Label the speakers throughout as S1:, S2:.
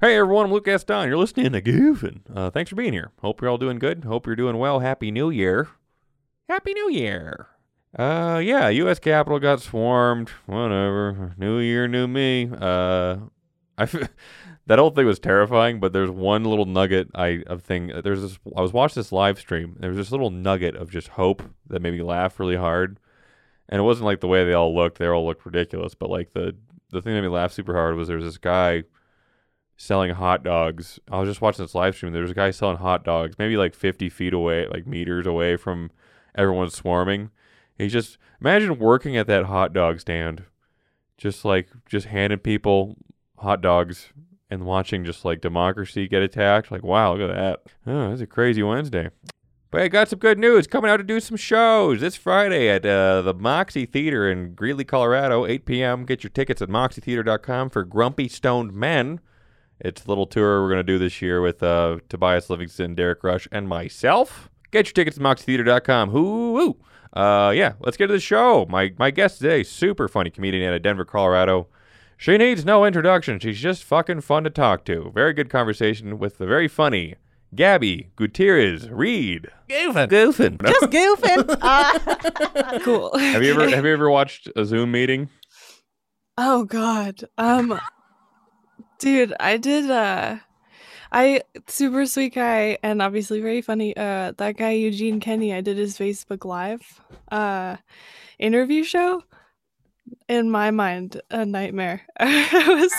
S1: Hey everyone, I'm Luke Gaston. You're listening to Goofin. Uh, thanks for being here. Hope you're all doing good. Hope you're doing well. Happy New Year. Happy New Year. Uh, yeah, U.S. Capitol got swarmed. Whatever. New Year, new me. Uh, I f- that whole thing was terrifying. But there's one little nugget I of thing. uh, There's this. I was watching this live stream. There was this little nugget of just hope that made me laugh really hard. And it wasn't like the way they all looked. They all looked ridiculous. But like the the thing that made me laugh super hard was there was this guy selling hot dogs. I was just watching this live stream. There was a guy selling hot dogs, maybe like 50 feet away, like meters away from everyone swarming. He's just imagine working at that hot dog stand, just like just handing people hot dogs and watching just like democracy get attacked. Like, wow, look at that. Oh, it's a crazy Wednesday. But I got some good news coming out to do some shows this Friday at uh, the Moxie Theater in Greeley, Colorado, 8 p.m. Get your tickets at moxietheater.com for Grumpy Stoned Men. It's a little tour we're going to do this year with uh, Tobias Livingston, Derek Rush, and myself. Get your tickets at moxietheater.com. Hoo-woo. Uh, yeah, let's get to the show. My, my guest today, super funny comedian out of Denver, Colorado. She needs no introduction. She's just fucking fun to talk to. Very good conversation with the very funny Gabby Gutierrez Reed.
S2: Goofing.
S1: Goofing.
S2: Just goofing.
S3: cool.
S1: have you ever have you ever watched a Zoom meeting?
S3: Oh god. Um dude, I did uh I super sweet guy and obviously very funny. Uh that guy Eugene Kenny, I did his Facebook live uh interview show. In my mind, a nightmare. I was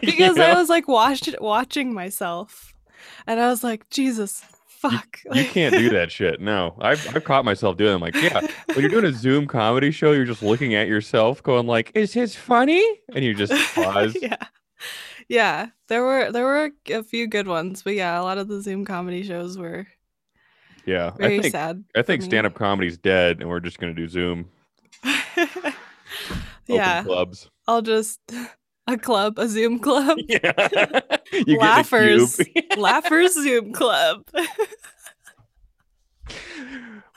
S3: because
S1: Yeah.
S3: I was like watched watching myself and I was like, Jesus fuck.
S1: you can't do that shit. No, I've, I've caught myself doing. It. I'm like, yeah, when you're doing a Zoom comedy show, you're just looking at yourself, going like, "Is his funny?" And you just pause.
S3: yeah. Yeah, there were there were a few good ones, but yeah, a lot of the Zoom comedy shows were
S1: Yeah, I
S3: very
S1: think
S3: sad.
S1: I think
S3: me.
S1: stand-up comedy's dead, and we're just gonna do Zoom open
S3: yeah,
S1: clubs.
S3: I'll just a club, a Zoom club,
S1: Yeah, you get in a
S3: Laughers.
S1: cube.
S3: laughers Zoom club.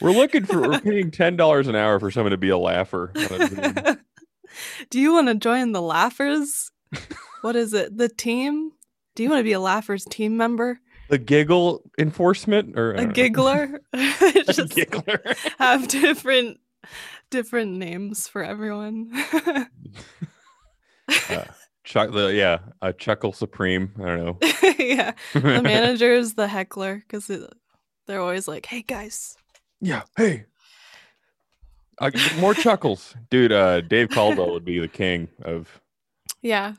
S1: we're looking for we're paying ten dollars an hour for someone to be a laugher. on a Zoom.
S3: Do you want to join the laughers? what is it? The team? Do you want to be a laughers team member?
S1: the giggle enforcement or I
S3: A
S1: don't know.
S3: giggler?
S1: a
S3: just
S1: giggler.
S3: have different different names for everyone.
S1: Chuck, the, yeah, a chuckle supreme. I don't know.
S3: yeah. the manager is the heckler because they're always like, "Hey guys,
S1: Yeah. Hey. Uh, more chuckles, dude. Uh, Dave Caldwell would be the king of
S3: yeah,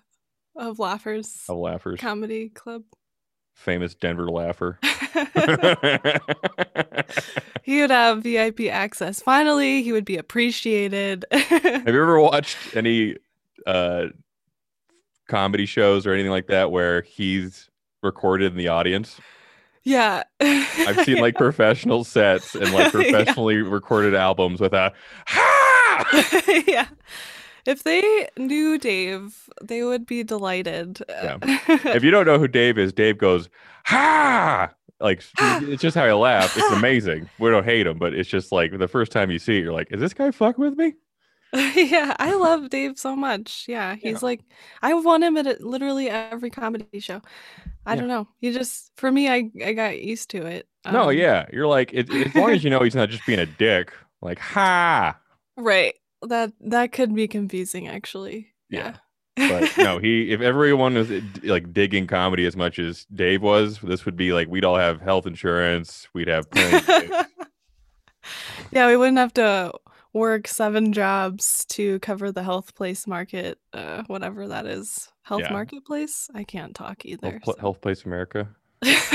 S3: of laughers
S1: of laughers,
S3: comedy club."
S1: famous Denver laugher.
S3: he would have VIP access. Finally, he would be appreciated.
S1: Have you ever watched any uh, comedy shows or anything like that where he's recorded in the audience?
S3: yeah,
S1: I've seen like professional sets and like
S3: Yeah.
S1: professionally recorded albums with a ha.
S3: yeah. If they knew Dave, they would be delighted.
S1: Yeah. if you don't know who Dave is, Dave goes ha. Like it's just how he laughs. It's amazing. We don't hate him, but it's just like the first time you see it, you're like, "Is this guy fucking with me?"
S3: yeah, I love Dave so much. Yeah, he's like, I want him at it- literally every comedy show. I
S1: Yeah.
S3: don't know. He just, for me, I, I got used to it.
S1: no,
S3: Um,
S1: yeah. You're like, it, as long as you know he's not just being a dick. Like ha.
S3: Right. That that could be confusing, actually.
S1: Yeah, But no, he. If everyone was uh, d- like digging comedy as much as Dave was, this would be like we'd all have health insurance. We'd have. plenty of-
S3: yeah, we wouldn't have to work seven jobs to cover the health place market, uh, whatever that is. Health
S1: Yeah.
S3: marketplace? I can't talk either.
S1: Health, Pl- Health Place America.
S3: so-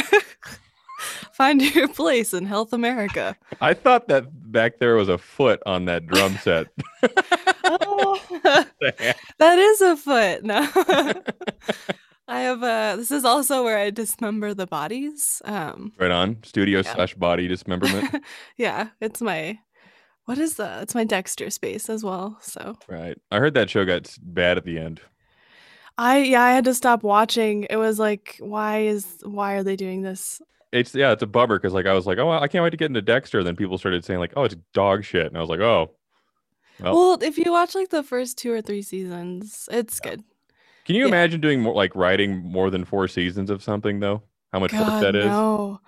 S3: Find your place in Health America.
S1: I thought that back there was a foot on that drum set.
S3: Oh. that is a foot. No. I have a. This is also where I dismember the bodies. Um,
S1: right on studio
S3: Yeah.
S1: slash body dismemberment.
S3: yeah, it's my. What is that? It's my Dexter space as well. So
S1: Right. I heard that show got s- bad at the end.
S3: I yeah I had to stop watching. It was like why is why are they doing this?
S1: It's yeah, it's a bummer because like I was like, oh, I can't wait to get into Dexter. Then people started saying like, oh, it's dog shit, and I was like, oh, Oh.
S3: Well, if you watch like the first two or three seasons, it's good.
S1: Can you
S3: Yeah.
S1: imagine doing more like writing more than four seasons of something though? How much work
S3: God,
S1: that is?
S3: no.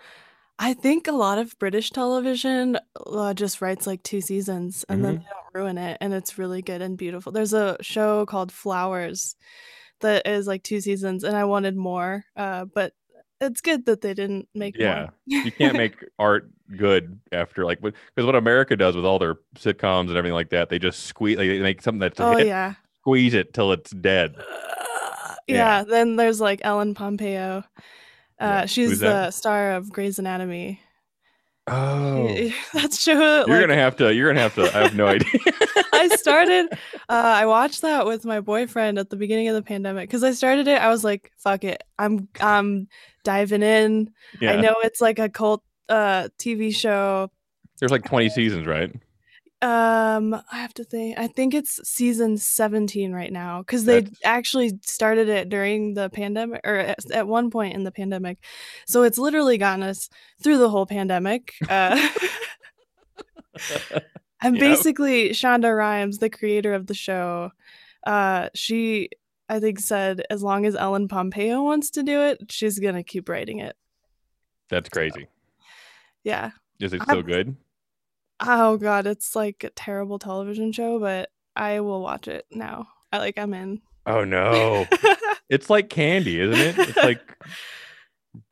S3: I think a lot of British television uh, just writes like two seasons and
S1: Mm-hmm.
S3: then they don't ruin it. And it's really good and beautiful. There's a show called Flowers that is like two seasons, and I wanted more. Uh, but it's good that they didn't make
S1: Yeah.
S3: more.
S1: You can't make art good after like because what America does with all their sitcoms and everything like that, they just squeeze like, they make something that's a
S3: oh,
S1: hit,
S3: yeah.
S1: squeeze it till it's dead. Yeah.
S3: yeah. Then there's like Ellen Pompeo.
S1: Yeah.
S3: Uh, She's
S1: Who's that?
S3: the star of Grey's Anatomy.
S1: Oh, you're
S3: that show. like,
S1: gonna have to. You're gonna have to. I have no idea.
S3: I started, uh, I watched that with my boyfriend at the beginning of the pandemic because I started it. I was like, "Fuck it, I'm I'm diving in."
S1: yeah,
S3: I know it's like a cult uh, TV show.
S1: there's like 20 seasons, right?
S3: Um, I have to think. I think it's season seventeen right now because they
S1: That's-
S3: actually started it during the pandemic, or at, at one point in the pandemic. So it's literally gotten us through the whole pandemic. Uh, And
S1: Yep.
S3: basically, Shonda Rhimes, the creator of the show, uh, she, I think, said as long as Ellen Pompeo wants to do it, she's going to keep writing it.
S1: That's crazy.
S3: Yeah.
S1: Is it
S3: I'm-
S1: still good?
S3: Oh, God. It's like a terrible television show, but I will watch it now. I like, I'm in.
S1: Oh no, it's like candy, isn't it? It's like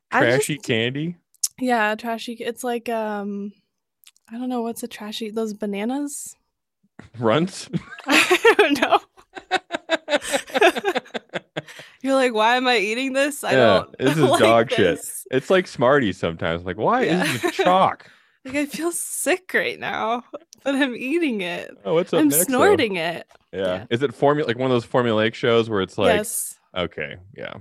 S3: I just-
S1: trashy candy.
S3: yeah. Trashy. It's like, um, I don't know what's a trashy, those bananas?
S1: Runts.
S3: I don't know. You're like, why am I eating this? I
S1: Yeah,
S3: don't.
S1: this is
S3: like
S1: dog shit.
S3: this."
S1: it's like Smarties sometimes. Like, why
S3: Yeah.
S1: is this chalk?
S3: Like I feel sick right now, but I'm eating it.
S1: Oh, what's up
S3: I'm
S1: next? though?
S3: snorting it.
S1: Yeah.
S3: yeah.
S1: Is it formula like one of those formulaic shows where it's like,
S3: yes.
S1: okay, yeah,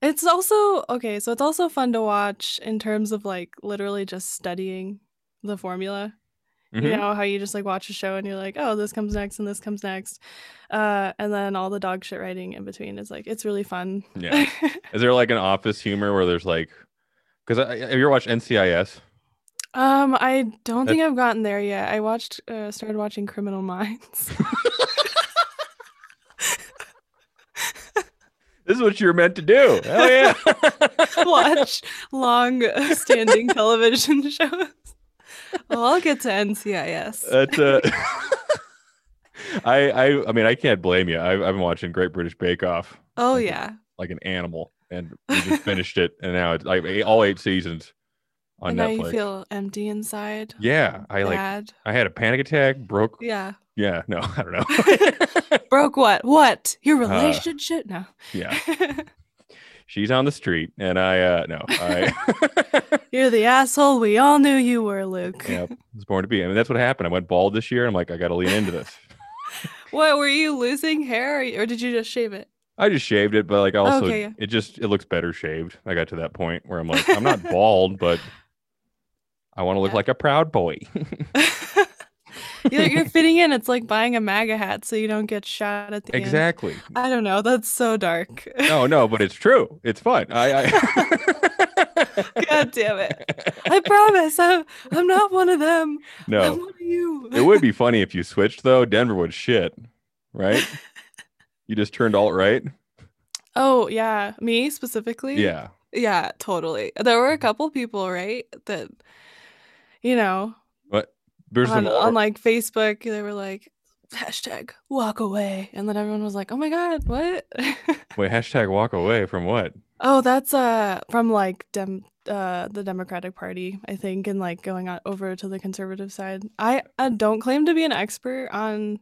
S3: It's also okay, so it's also fun to watch in terms of like literally just studying the formula. You
S1: Mhm.
S3: know how you just like watch a show and you're like, oh, this comes next and this comes next. Uh and then all the dog shit writing in between is like it's really fun.
S1: yeah. Is there like an office humor where there's like, because have you ever watched NCIS?
S3: um, I don't think I've gotten there yet. I watched uh started watching Criminal Minds.
S1: This is what you're meant to do. Hell yeah.
S3: watch long uh, standing television shows. Well, I'll get to NCIS.
S1: That's uh I, I I mean I can't blame you. I've, I've been watching Great British Bake Off
S3: oh
S1: okay.
S3: yeah.
S1: like an animal, and we just finished it, and now it's like eight, all eight seasons on
S3: and now
S1: Netflix.
S3: you feel empty inside.
S1: yeah, I like
S3: Bad.
S1: I had a panic attack, broke.
S3: Yeah.
S1: Yeah, no, I don't know.
S3: Broke what? What? Your
S1: Uh,
S3: relationship? no.
S1: yeah, she's on the street, and I uh no, I
S3: You're the asshole we all knew you were, Luke.
S1: yeah, was born to be. I mean, that's what happened. I went bald this year. I'm like, I got to lean into this.
S3: What were you losing hair, or, y- or did you just shave it?
S1: I just shaved it, but like I also
S3: Okay, yeah.
S1: it just it looks better shaved. I got to that point where I'm like, I'm not bald, but I want to look
S3: Yeah.
S1: like a proud boy.
S3: you're, you're fitting in. It's like buying a MAGA hat so you don't get shot at the end.
S1: exactly.
S3: I don't know. That's so dark.
S1: No, no, but it's true. It's fun. I, I...
S3: God damn it. I promise, I'm, I'm not one of them. I'm
S1: no.
S3: one of you.
S1: It would be funny if you switched though. Denver would shit, right? You just turned alt right.
S3: Oh yeah, me specifically.
S1: Yeah.
S3: yeah, totally. There were a couple people, right, that you know
S1: There's
S3: on,
S1: some
S3: on like Facebook they were like hashtag walk away, and then everyone was like, oh my god, what?
S1: wait hashtag walk away from what?
S3: oh, that's uh from like dem uh the Democratic Party, I think, and like going on over to the conservative side. I uh, don't claim to be an expert on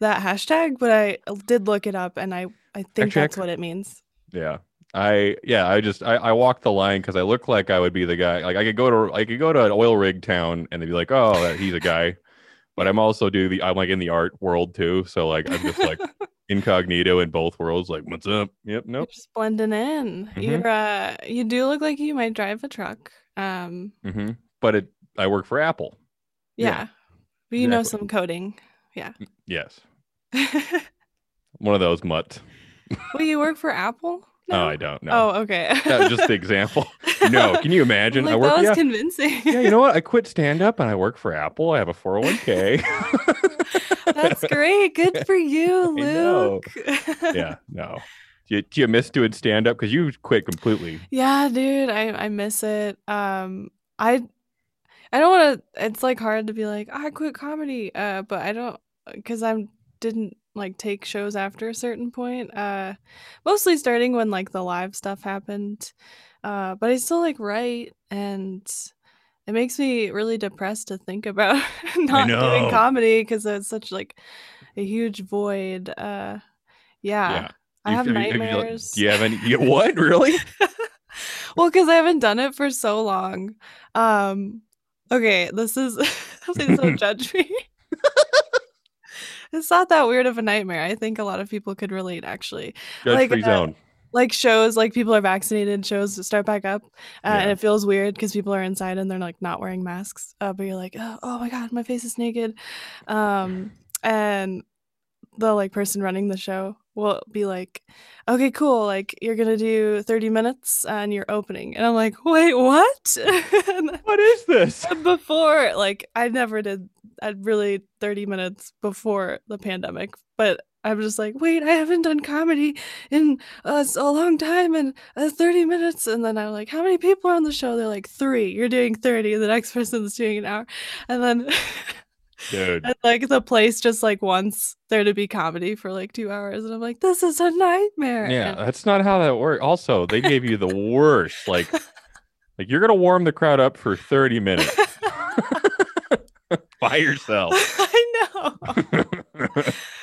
S3: that hashtag, but I did look it up, and I I think
S1: Actually, I
S3: that's
S1: c-
S3: what it means.
S1: Yeah. I yeah I just I, I walk the line because I look like I would be the guy like I could go to I could go to an oil rig town and they'd be like oh that, he's a guy, but I'm also do the I'm like in the art world too so like I'm just like incognito in both worlds like what's up yep
S3: You're
S1: nope
S3: just blending in.
S1: Mhm.
S3: You're uh you do look like you might drive a truck. Um
S1: hmm but it I work for Apple
S3: yeah.
S1: Yeah,
S3: But you know
S1: exactly.
S3: some coding.
S1: yes
S3: Will
S1: one of those mutts
S3: you work for Apple?
S1: oh
S3: now?
S1: I don't know
S3: Oh, okay.
S1: that was just the example no can you imagine I
S3: Like,
S1: work
S3: that was
S1: yeah,
S3: convincing.
S1: yeah you know what I quit stand up and I work for Apple I have a 401k
S3: That's great. Good for you,
S1: I know.
S3: Luke.
S1: yeah no Do you, do you miss doing stand up? Because you quit completely.
S3: Yeah, dude, I I miss it. Um, I I don't want to. It's like hard to be like I quit comedy. Uh, but I don't because I didn't like take shows after a certain point. Uh, mostly starting when like the live stuff happened. Uh, but I still like write and. It makes me really depressed to think about not
S1: know.
S3: doing comedy because that's such like a huge void. Uh, yeah, I
S1: You-
S3: have
S1: you- you-
S3: nightmares.
S1: Do you have any? You, what really?
S3: well, because I haven't done it for so long. Um, okay, this is please don't judge me. it's not that weird of a nightmare. I think a lot of people could relate actually.
S1: Judge
S3: Like,
S1: free
S3: uh,
S1: zone.
S3: Like shows, like people are vaccinated, shows start back up, uh, and
S1: Yeah.
S3: it feels weird because people are inside and they're like not wearing masks. Uh, but you're like, oh, oh my god, my face is naked, um, and the like person running the show will be like, okay, cool. Like you're gonna do 30 minutes on your opening, and I'm like, wait, what? And
S1: What is this?
S3: before, like I never did. I really 30 minutes before the pandemic, but I'm just like, wait, I haven't done comedy in uh, s- a long time, and uh, 30 minutes. And then I'm like, how many people are on the show? They're like three. You're doing 30. The next person's doing an hour, and then.
S1: Dude,
S3: And like the place just like wants there to be comedy for like two hours, and I'm like, this is a nightmare.
S1: yeah,
S3: And-
S1: that's not how that works. Also, they gave you the worst. Like, like you're gonna warm the crowd up for 30 minutes by yourself.
S3: I know.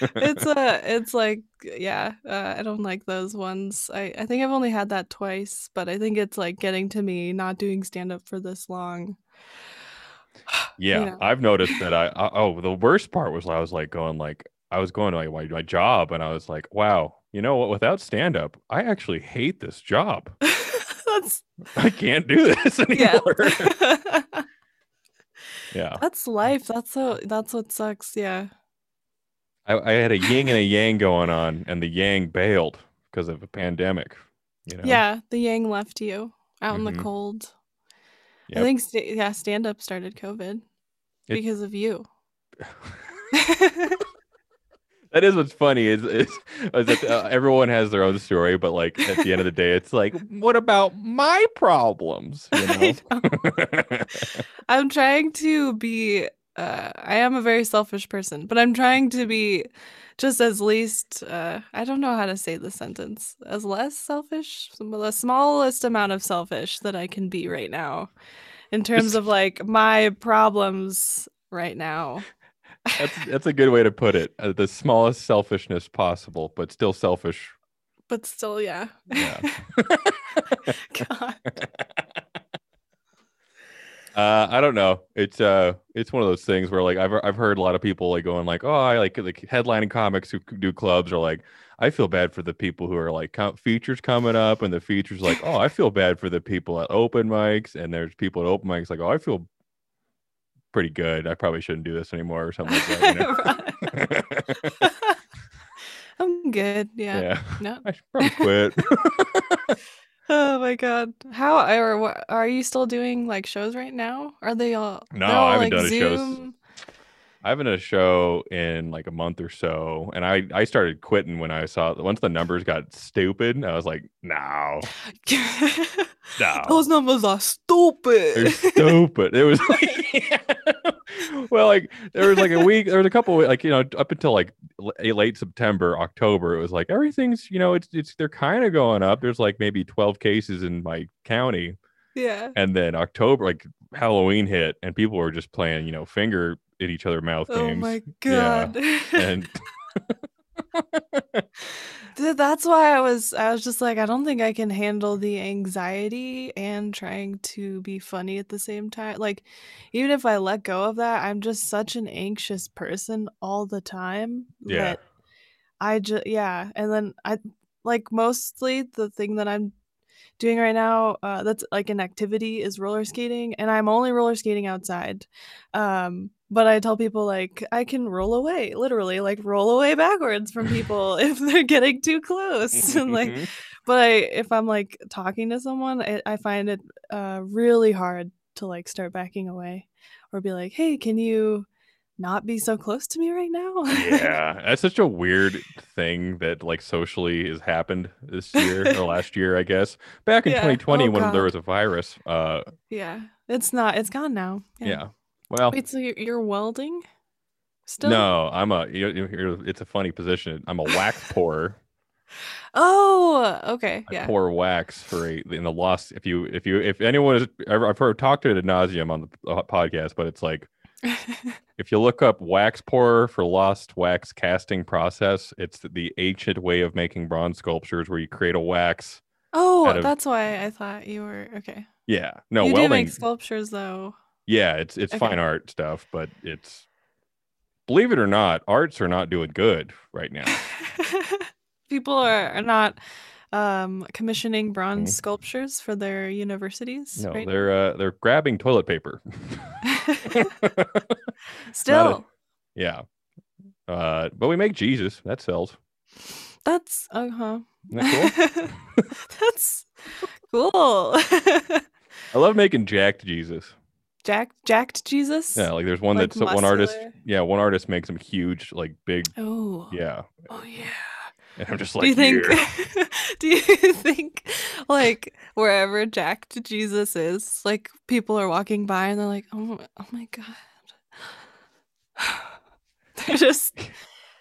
S3: It's a it's like yeah, uh, I don't like those ones. I I think I've only had that twice, but I think it's like getting to me not doing stand up for this long.
S1: Yeah,
S3: know.
S1: I've noticed that. I, I oh, the worst part was I was like going like I was going to like, my my job, and I was like, wow, you know what? Without stand up, I actually hate this job.
S3: That's
S1: I can't do this
S3: yeah.
S1: anymore. yeah,
S3: That's life. That's so that's what sucks, yeah.
S1: I, I had a yin and a yang going on, and the yang bailed because of a pandemic. You know?
S3: Yeah, the yang left you out in
S1: Mhm.
S3: the cold.
S1: Yep.
S3: I think st- yeah, stand up started COVID
S1: It-
S3: because of you.
S1: That is what's funny is, is, is that uh, everyone has their own story, but like at the end of the day, it's like, what about my problems? You know?
S3: I I'm trying to be uh I am a very selfish person, but I'm trying to be just as least uh I don't know how to say the sentence. As less selfish, some- the smallest amount of selfish that I can be right now in terms of like my problems right now.
S1: that's that's a good way to put it. Uh, the smallest selfishness possible, but still selfish.
S3: But still, yeah.
S1: Yeah.
S3: God.
S1: Uh, I don't know. It's uh, it's one of those things where like I've I've heard a lot of people like going like, oh, I like like headlining comics who c- do clubs are like, I feel bad for the people who are like com- features coming up, and the features like, oh, I feel bad for the people at open mics, and there's people at open mics like, oh, I feel pretty good. I probably shouldn't do this anymore or something like that. You know?
S3: I'm good. Yeah.
S1: yeah,
S3: No.
S1: I should probably quit.
S3: Oh my god. How are wha- are you still doing like shows right now? Are they all
S1: No,
S3: they're all,
S1: I haven't
S3: like,
S1: done a show s-
S3: Zoom?
S1: I haven't done a show in like a month or so, and I I started quitting when I saw once the numbers got stupid. I was like, no, no,
S3: Those numbers are stupid.
S1: they're stupid. It was like, well, like there was like a week, there was a couple of, like you know up until like l- late September, October. It was like everything's you know it's it's they're kind of going up. There's like maybe twelve cases in my county,
S3: yeah.
S1: and then October like Halloween hit, and people were just playing you know finger at each other mouth
S3: Oh
S1: games.
S3: my
S1: Yeah.
S3: god.
S1: And
S3: Th- That's why I was I was just like I don't think I can handle the anxiety and trying to be funny at the same time. Like even if I let go of that, I'm just such an anxious person all the time
S1: yeah,
S3: that I just yeah, and then I like mostly the thing that I'm doing right now uh, that's like an activity is roller skating, and I'm only roller skating outside. Um, but I tell people like I can roll away, literally like roll away backwards from people if they're getting too close, and like
S1: Mhm.
S3: but I, if I'm like talking to someone, I, I find it uh, really hard to like start backing away or be like, hey, can you not be so close to me right now?
S1: yeah, that's such a weird thing that like socially has happened this year or last year, I guess. Back in
S3: Yeah.
S1: 2020,
S3: Oh,
S1: when
S3: God.
S1: there was a virus. Uh,
S3: yeah. It's not. It's gone now.
S1: yeah. Well,
S3: Wait, so you're, you're welding? Still?
S1: no, I'm a. You you you're, it's a funny position. I'm a wax pourer.
S3: Oh, okay.
S1: I
S3: yeah.
S1: pour wax for a, in the lost. If you if you if anyone has ever I've heard talked to it ad nauseum on the uh, podcast, but it's like if you look up wax pourer for lost wax casting process, it's the ancient way of making bronze sculptures where you create a wax.
S3: oh,
S1: out of-
S3: that's why I thought you were okay.
S1: Yeah, no
S3: you do
S1: welding.
S3: make sculptures though.
S1: yeah, it's it's
S3: Okay.
S1: fine art stuff, but it's believe it or not, arts are not doing good right now.
S3: People are, are not um, commissioning bronze
S1: Mhm.
S3: sculptures for their universities.
S1: No,
S3: right?
S1: they're uh, they're grabbing toilet paper.
S3: Still,
S1: yeah, uh, but we make Jesus. That sells.
S3: that's uh huh.
S1: Isn't that cool?
S3: that's cool.
S1: I love making jacked Jesus.
S3: Jack, jacked Jesus.
S1: Yeah, like there's one
S3: Like
S1: that's one artist.
S3: muscular?
S1: Yeah, one artist makes them huge, like big.
S3: Oh.
S1: Yeah,
S3: Oh yeah.
S1: and I'm just
S3: do you
S1: like,
S3: think?
S1: "Yeah."
S3: do you think like wherever jacked Jesus is, like people are walking by and they're like, oh, my- oh my god. they're just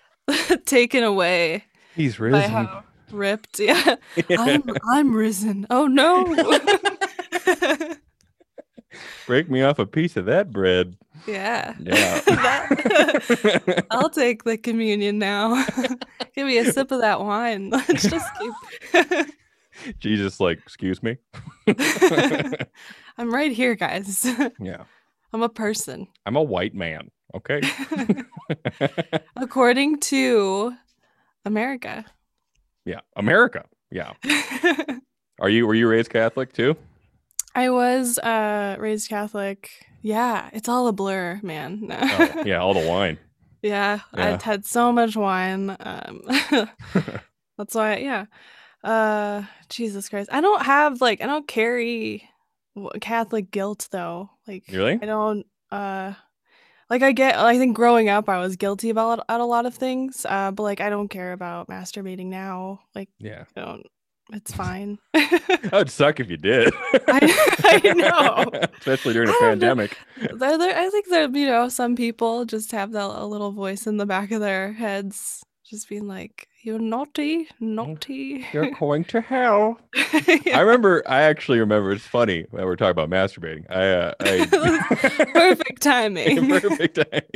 S3: taken away
S1: he's
S3: by
S1: risen.
S3: how ripped. Yeah.
S1: Yeah.
S3: I'm I'm risen. Oh no.
S1: Break me off a piece of that bread.
S3: yeah.
S1: Yeah.
S3: That- I'll take the communion now. Give me a sip of that wine. Let's just keep.
S1: Jesus, like, excuse me.
S3: I'm right here, guys.
S1: Yeah,
S3: I'm a person.
S1: I'm a white man. Okay.
S3: According to America.
S1: Yeah, America. Yeah. Are you were you raised Catholic too?
S3: I was uh, raised Catholic. Yeah, it's all a blur, man. No.
S1: Oh, yeah, all the wine.
S3: Yeah,
S1: Yeah.
S3: I've had so much wine. Um, that's why, yeah. Uh, Jesus Christ, I don't have like I don't carry w- Catholic guilt though. Like
S1: Really?
S3: I don't. Uh, like I get. I think growing up, I was guilty about at a lot of things. Uh, but like I don't care about masturbating now. Like
S1: Yeah.
S3: I don't. It's fine.
S1: That would suck if you did.
S3: I- I know.
S1: Especially during a
S3: I don't know.
S1: pandemic.
S3: there, there, I think that you know some people just have that a little voice in the back of their heads, just being like, "You're naughty, naughty."
S1: You're going to hell. Mm-hmm. I remember. I actually remember. It's funny that we're talking about masturbating. I, uh, I
S3: Perfect timing.
S1: perfect timing.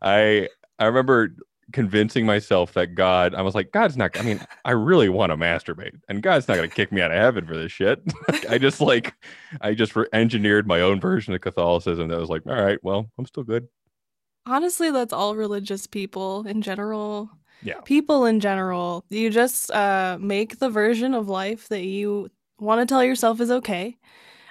S1: I I remember convincing myself that God. I was like, God's not. I mean, I really want to masturbate, and God's not going to kick me out of heaven for this shit. I just like, I just re- engineered my own version of Catholicism that was like, all right, well, I'm still good.
S3: Honestly, that's all religious people in general.
S1: Yeah.
S3: People in general, you just uh, make the version of life that you want to tell yourself is okay,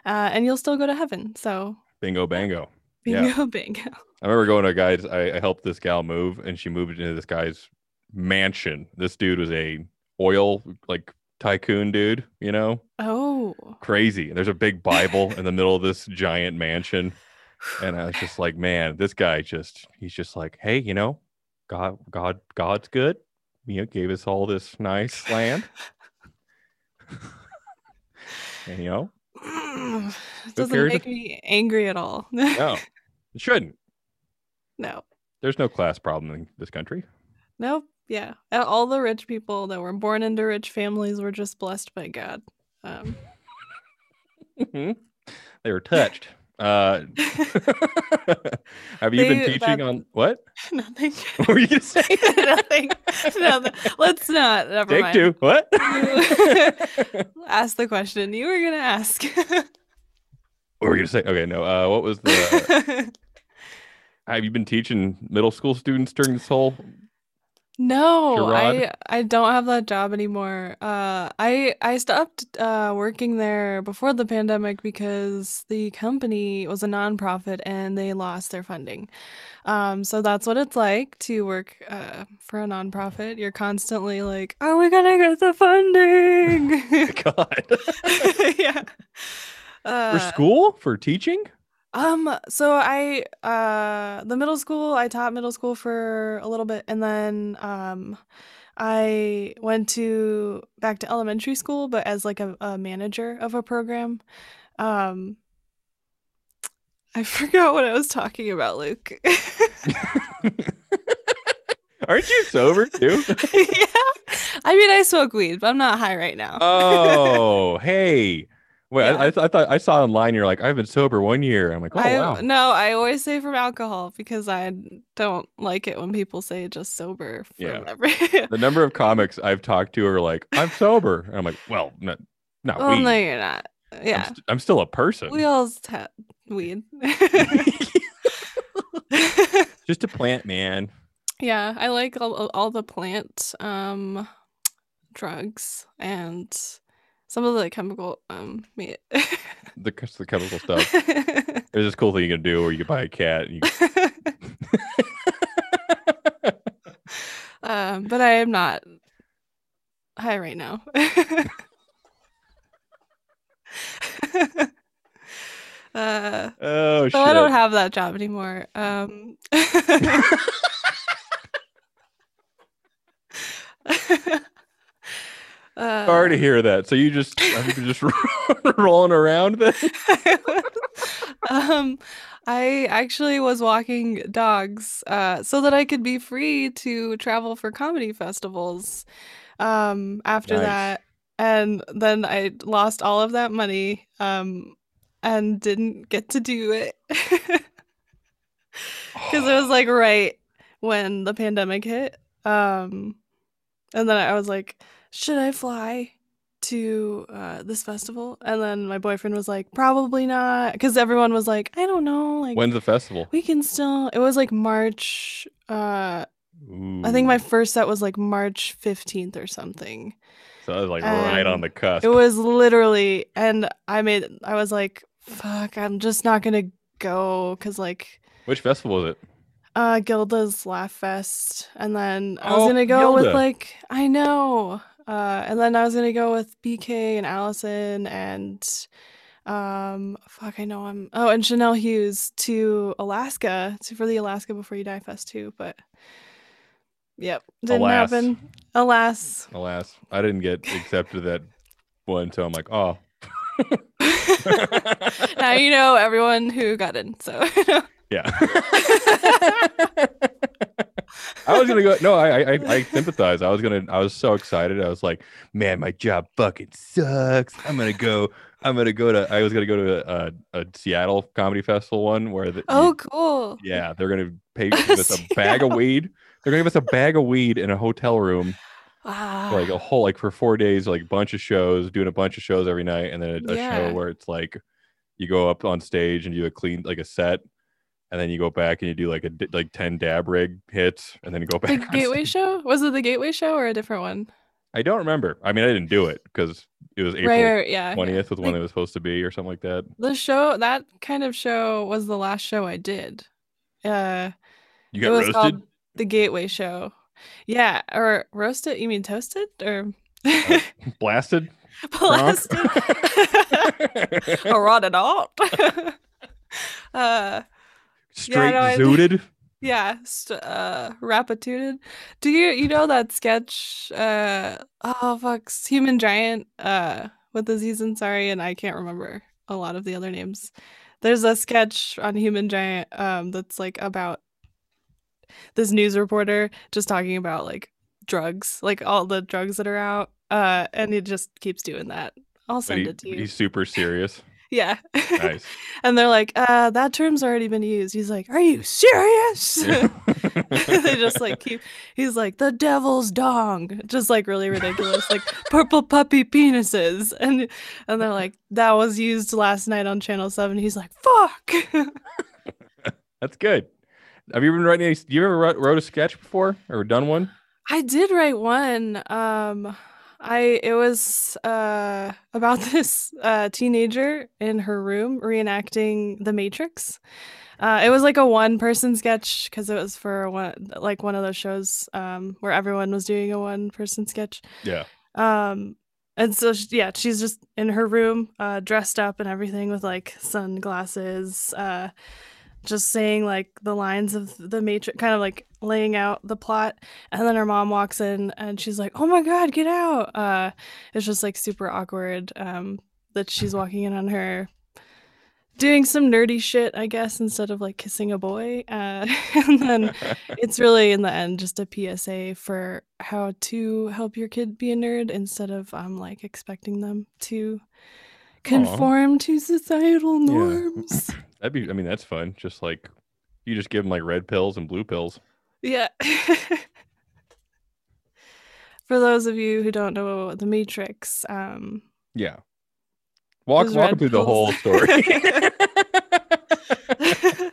S3: uh, and you'll still go to heaven. So
S1: Bingo, bango. Yeah.
S3: bingo, bingo.
S1: I remember going to a guy's. I, I helped this gal move, and she moved into this guy's mansion. This dude was a oil like tycoon dude, you know,
S3: Oh,
S1: crazy. And there's a big Bible in the middle of this giant mansion, and I was just like, man, this guy just he's just like, hey, you know, God, God, God's good. You know, gave us all this nice land, and you know,
S3: Mm, it
S1: Who cares
S3: doesn't
S1: if-
S3: make me angry at all.
S1: no, it shouldn't.
S3: no.
S1: There's no class problem in this country.
S3: Nope. Yeah. A- All the rich people that were born into rich families were just blessed by God. Um,
S1: Mhm.
S3: Mm-hmm.
S1: They were touched. Uh, have you been
S3: They-
S1: teaching
S3: that-
S1: on what?
S3: nothing.
S1: What were you gonna say?
S3: nothing. nothing. Let's not. Never
S1: Take
S3: mind.
S1: two. What?
S3: You- Ask the question you were going to ask.
S1: what were you gonna say? Okay, no. Uh, what was the? have you been teaching middle school students during this whole?
S3: no,
S1: Gerard?
S3: I I don't have that job anymore. Uh, I I stopped uh, working there before the pandemic because the company was a nonprofit and they lost their funding. Um, so that's what it's like to work uh, for a nonprofit. You're constantly like, "Are we gonna get the funding?"
S1: God.
S3: yeah. Uh,
S1: for school? For teaching?
S3: Um, so I uh the middle school, I taught middle school for a little bit and then um I went to back to elementary school but as like a, a manager of a program. Um I forgot what I was talking about, Luke.
S1: Aren't you sober too?
S3: yeah. I mean, I smoke weed, but I'm not high right now.
S1: Oh, hey. Wait,
S3: Yeah.
S1: I, I, th- I thought I saw online you're like, I've been sober one year. I'm like, oh,
S3: I
S1: wow.
S3: no, I always say from alcohol because I don't like it when people say just sober for
S1: Yeah.
S3: whatever.
S1: The number of comics I've talked to are like, I'm sober. And I'm like, well, no, not
S3: well,
S1: weed.
S3: no, you're not.
S1: I'm,
S3: Yeah,
S1: st- I'm still a person.
S3: we all ta- weed.
S1: Just a plant man.
S3: yeah, I like all, all the plant um drugs and some of the chemical um meat.
S1: The, c- the chemical stuff. There's this cool thing you can do where you can buy a cat and you
S3: um, but I am not high right now. uh,
S1: Oh shit.
S3: so I don't have that job anymore. Um, uh,
S1: Sorry to hear that. So you just I'm just rolling around then?
S3: um, I actually was walking dogs uh, so that I could be free to travel for comedy festivals um, after
S1: Nice.
S3: that. And then I lost all of that money um, and didn't get to do it. Because it was like right when the pandemic hit. Um, and then I was like, should I fly to uh, this festival? And then my boyfriend was like, probably not, because everyone was like, I don't know, like
S1: When's the festival?
S3: we can still. It was like March. Uh, I think my
S1: Ooh.
S3: first set was like March fifteenth or something.
S1: So I was like right on
S3: um,
S1: the cusp.
S3: It was literally, and I made. I was like, fuck, I'm just not gonna go, cause like.
S1: Which festival was it?
S3: Uh, Gilda's Laugh Fest, and then I was
S1: Oh,
S3: gonna go with
S1: Gilda.
S3: like I know, uh, and then I was gonna go with BK and Allison and, um, fuck, I know I'm oh, and Chanel Hughes to Alaska to for the Alaska Before You Die Fest too, but yep, didn't
S1: Alas.
S3: happen. Alas,
S1: Alas, I didn't get accepted to that one, so I'm like, oh.
S3: now you know everyone who got in. So
S1: yeah. I was gonna go. No, I, I I- I sympathize. I was gonna. I was so excited. I was like, man, my job fucking sucks. I'm gonna go. I'm gonna go to. I was gonna go to a, a, a Seattle comedy festival one where the,
S3: oh, cool.
S1: yeah, they're gonna pay give us a bag of
S3: Seattle.
S1: weed. They're gonna give us a bag of weed in a hotel room
S3: Wow.
S1: like a whole like for four days like bunch of shows doing a bunch of shows every night and then a, a
S3: Yeah.
S1: show where it's like you go up on stage and do a clean like a set and then you go back and you do like a d- like 10 dab rig hits and then you go back
S3: Ah, the
S1: on
S3: Gateway
S1: stage.
S3: Show was it the Gateway Show or a different one?
S1: i don't remember i mean i didn't do it because it was april
S3: Right, right, right, yeah.
S1: 20th was when
S3: Like-
S1: it was supposed to be or something like that
S3: The show that kind of show was the last show I did. Uh,
S1: you
S3: it
S1: got
S3: was
S1: roasted
S3: called the Gateway Show. Yeah, or roasted? You mean toasted or
S1: Oh. blasted
S3: blasted? or rotted out? uh,
S1: straight
S3: no, I-
S1: zooted
S3: yeah, st- uh, rapituted. Do you you know that sketch? Uh, oh fuck, s- Human Giant. Uh, with Aziz Ansari and I can't remember a lot of the other names. There's a sketch on Human Giant um that's like about this news reporter just talking about like drugs, like all the drugs that are out. Uh, and he just keeps doing that. I'll
S1: but
S3: send
S1: he,
S3: it to you.
S1: he's super serious
S3: Yeah.
S1: nice
S3: and they're like, uh, that term's already been used. He's like, Are you serious? they just like keep he's like the devil's dong just like really ridiculous like purple puppy penises and and they're like that was used last night on channel 7 he's like fuck
S1: That's good. Have you been writing? Any, you ever wrote, wrote a sketch before or done one?
S3: i did write one um i it was uh about this uh teenager in her room reenacting the matrix uh, it was like a one person sketch because it was for one like one of those shows um, where everyone was doing a one person sketch
S1: Yeah.
S3: um And so sh yeah, she's just in her room, uh, dressed up and everything with like sunglasses, uh, just saying like the lines of the Matrix, kind of like laying out the plot. And then her mom walks in and she's like, "Oh my god, get out!" Uh, it's just like super awkward um, that she's walking in on her doing some nerdy shit, I guess, instead of like kissing a boy. Uh, and then it's really in the end just a PSA for how to help your kid be a nerd instead of um like expecting them to conform to societal norms.
S1: That'd be. I mean, that's fun. Just like you just give them like red pills and blue pills.
S3: Yeah. For those of you who don't know the Matrix, um
S1: Yeah. Walk
S3: Those
S1: walk 'em
S3: red
S1: through the whole
S3: pills.
S1: story. Mm.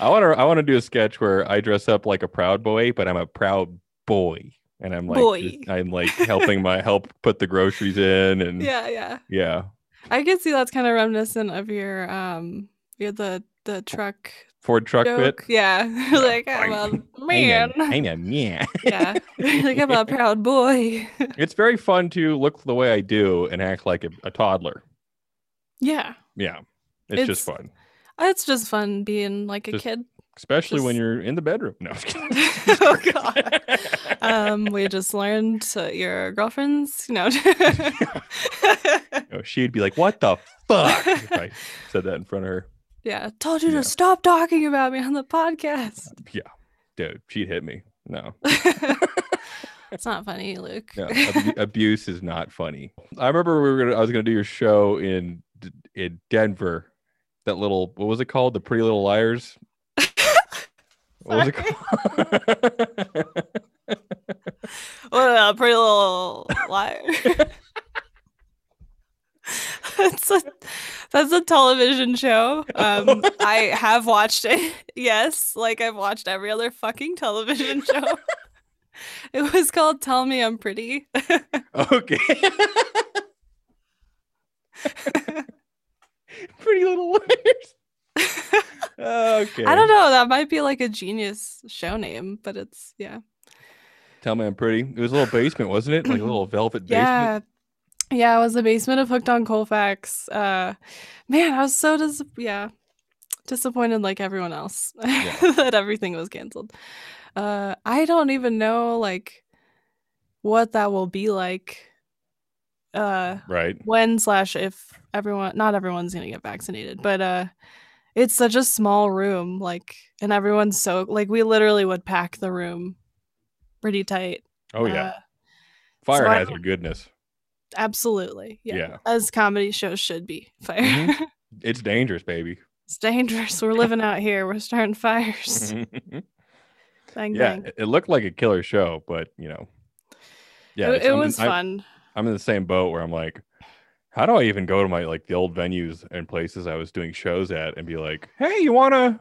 S1: I want to I want to do a sketch where I dress up like a proud boy, but I'm a proud boy, and I'm like just-
S3: Boy.
S1: I'm like helping my help put the groceries in, and yeah,
S3: yeah, yeah. I can see that's kind of reminiscent of your um your the the truck
S1: Ford truck
S3: joke.
S1: bit.
S3: Yeah. like
S1: I'm
S3: I'm a
S1: Hang
S3: man.
S1: on, hang on, yeah.
S3: yeah. like I'm a proud boy.
S1: It's very fun to look the way I do and act like a, a toddler.
S3: yeah.
S1: Yeah, it's, just
S3: It's-
S1: fun,
S3: It's just fun being like a
S1: Just-
S3: kid.
S1: especially when
S3: just-
S1: you're in the bedroom. No, I'm just kidding.
S3: oh god. Um we just learned uh, your girlfriend's, you know.
S1: No, she'd be like, "What the fuck?" if I said that in front of her.
S3: yeah, told you
S1: Yeah.
S3: to stop talking about me on the podcast.
S1: dude, she'd hit me. No,
S3: it's not funny, Luke.
S1: no, ab- abuse is not funny. I remember we were gonna, I was gonna do your show in D- in Denver. That little, what was it called? The Pretty Little Liars. What was it called?
S3: what a pretty little liar. that's a that's a television show. Um, I have watched it. Yes, like I've watched every other fucking television show. it was called "Tell Me I'm Pretty."
S1: okay. Pretty Little Liars. okay.
S3: I don't know. That might be like a genius show name, but it's yeah,
S1: Tell me I'm pretty. It was a little basement, wasn't it? Like a little velvet basement.
S3: yeah. Yeah, it was the basement of Hooked on Colfax. Uh, man, I was so dis- yeah disappointed, like everyone else,
S1: Yeah.
S3: that everything was canceled. Uh, I don't even know like what that will be like. Uh,
S1: Right.
S3: when slash if everyone not everyone's gonna get vaccinated, but uh, it's such a small room, like, and everyone's so like we literally would pack the room pretty tight.
S1: Oh yeah.
S3: Uh,
S1: Fire
S3: so I
S1: hazard goodness.
S3: Absolutely. Yeah.
S1: Yeah.
S3: As comedy shows should be. Fire.
S1: Mhm. It's dangerous, baby.
S3: it's dangerous. We're living out here. We're starting fires. bang
S1: Mm-hmm. yeah,
S3: bang.
S1: it- it looked like a killer show, but you know, yeah,
S3: it,
S1: it's-
S3: it
S1: I'm in-
S3: was
S1: I'm,
S3: fun.
S1: I'm in the same boat where I'm like, how do I even go to my like the old venues and places I was doing shows at and be like, hey, you wanna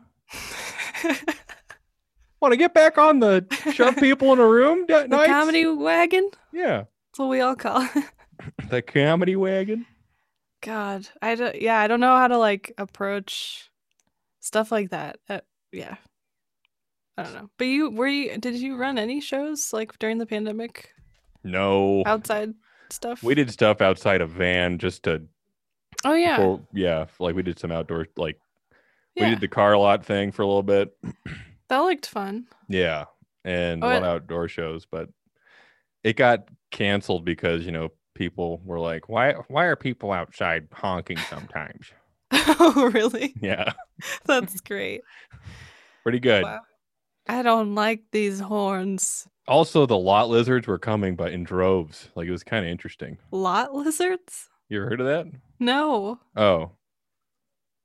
S1: wanna get back on the shove people in a room that
S3: the
S1: night?
S3: comedy wagon.
S1: yeah,
S3: That's what we all call. it.
S1: the comedy wagon.
S3: God, I don't. Yeah, I don't know how to like approach stuff like that. Uh, yeah, I don't know. But you were you? Did you run any shows like during the pandemic
S1: No,
S3: outside stuff?
S1: we did stuff outside a van just to
S3: Oh yeah,
S1: for- yeah, like we did some outdoor like
S3: yeah.
S1: we did the car lot thing for a little bit.
S3: that looked fun.
S1: Yeah, and
S3: Oh,
S1: one
S3: it-
S1: outdoor shows, but it got canceled because you know people were like, "Why? Why are people outside honking sometimes?"
S3: oh really?
S1: yeah,
S3: That's great.
S1: pretty good.
S3: Wow. I don't like these horns.
S1: Also, the lot lizards were coming, but in droves. Like it was kind of interesting.
S3: Lot lizards?
S1: You ever heard of that?
S3: No.
S1: Oh,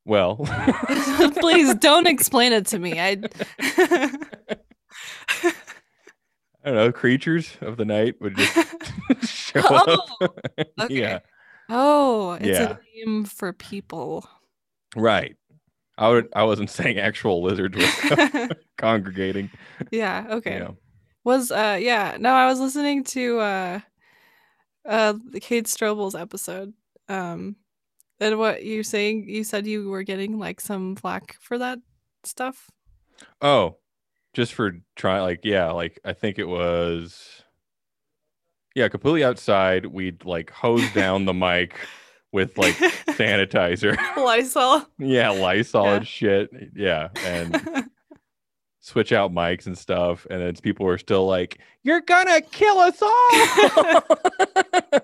S1: well,
S3: Please don't explain it to me. I
S1: I don't know. Creatures of the night would just show up.
S3: Oh, okay.
S1: Yeah,
S3: Oh, it's
S1: Yeah.
S3: a name for people.
S1: right. I would. I wasn't saying actual lizards were congregating.
S3: yeah, okay.
S1: Yeah.
S3: Was uh yeah, no, I was listening to uh uh Kate Strobel's episode. Um and what you saying you said you were getting like some flack for that stuff.
S1: Oh, just for trying, like, yeah, like I think it was yeah, completely outside. We'd like hose down the mic with like sanitizer.
S3: Lysol.
S1: yeah, Lysol
S3: Yeah.
S1: and shit. Yeah, and switch out mics and stuff. And then people were still like, "You're gonna kill us all."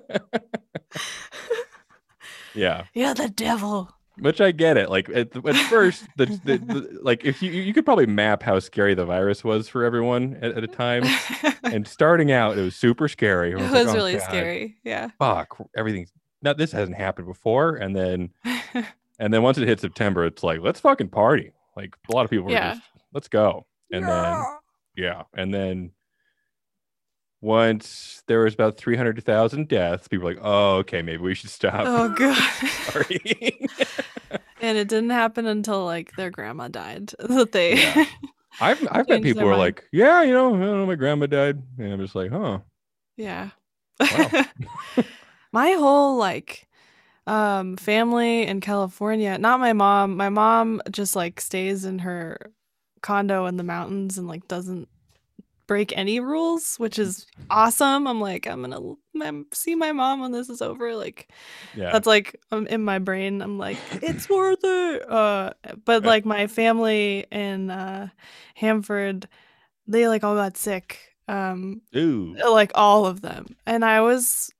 S1: yeah,
S3: You're the devil.
S1: which I get it. Like at, at first, the, the, the like if you you could probably map how scary the virus was for everyone at, at a time.
S3: it
S1: And starting out, it was super scary. Everyone like,
S3: was
S1: "Oh,
S3: really
S1: God,
S3: scary. Yeah.
S1: Fuck, everything's not. This hasn't happened before. And then Oh. And then once it hit September, it's like, let's fucking party. Like a lot of people were
S3: Yeah.
S1: just, let's go. And then, yeah. And then once there was about 300,000 deaths, people were like, oh, okay, maybe we should stop
S3: oh god.
S1: partying.
S3: and it didn't happen until like their grandma died that they
S1: Yeah. I've, I've met
S3: Changed
S1: people
S3: their
S1: who are
S3: mind.
S1: like, yeah, you know, I don't know, my grandma died. And I'm just like, huh.
S3: Yeah.
S1: Wow.
S3: my whole like um family in California, not my mom. My mom just like stays in her condo in the mountains and like doesn't break any rules, which is awesome. I'm like I'm going to m see my mom when this is over like
S1: Yeah.
S3: that's like um, in my brain i'm like it's worth it uh but like my family in uh hamford they like all got sick um
S1: Ooh.
S3: like all of them and i was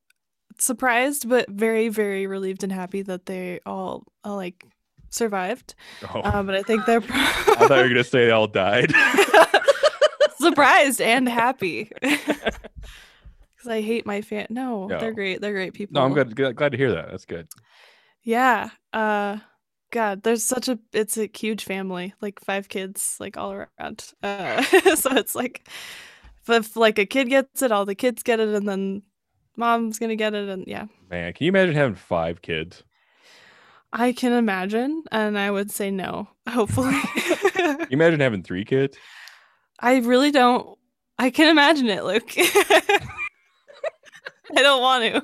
S3: surprised but very very relieved and happy that they all uh, like survived
S1: Oh.
S3: um but i think they're
S1: I thought you were going to say they all died.
S3: surprised and happy because i hate my fan no,
S1: No.
S3: they're great they're great people
S1: no, I'm glad, glad, glad to hear that. That's good.
S3: yeah uh god there's such a it's a huge family like five kids like all around uh so it's like if, if like a kid gets it all the kids get it and then mom's gonna get it and yeah
S1: Man, can you imagine having five kids?
S3: i can imagine and i would say no hopefully
S1: Can you imagine having three kids?
S3: i really don't i can imagine it luke i don't want to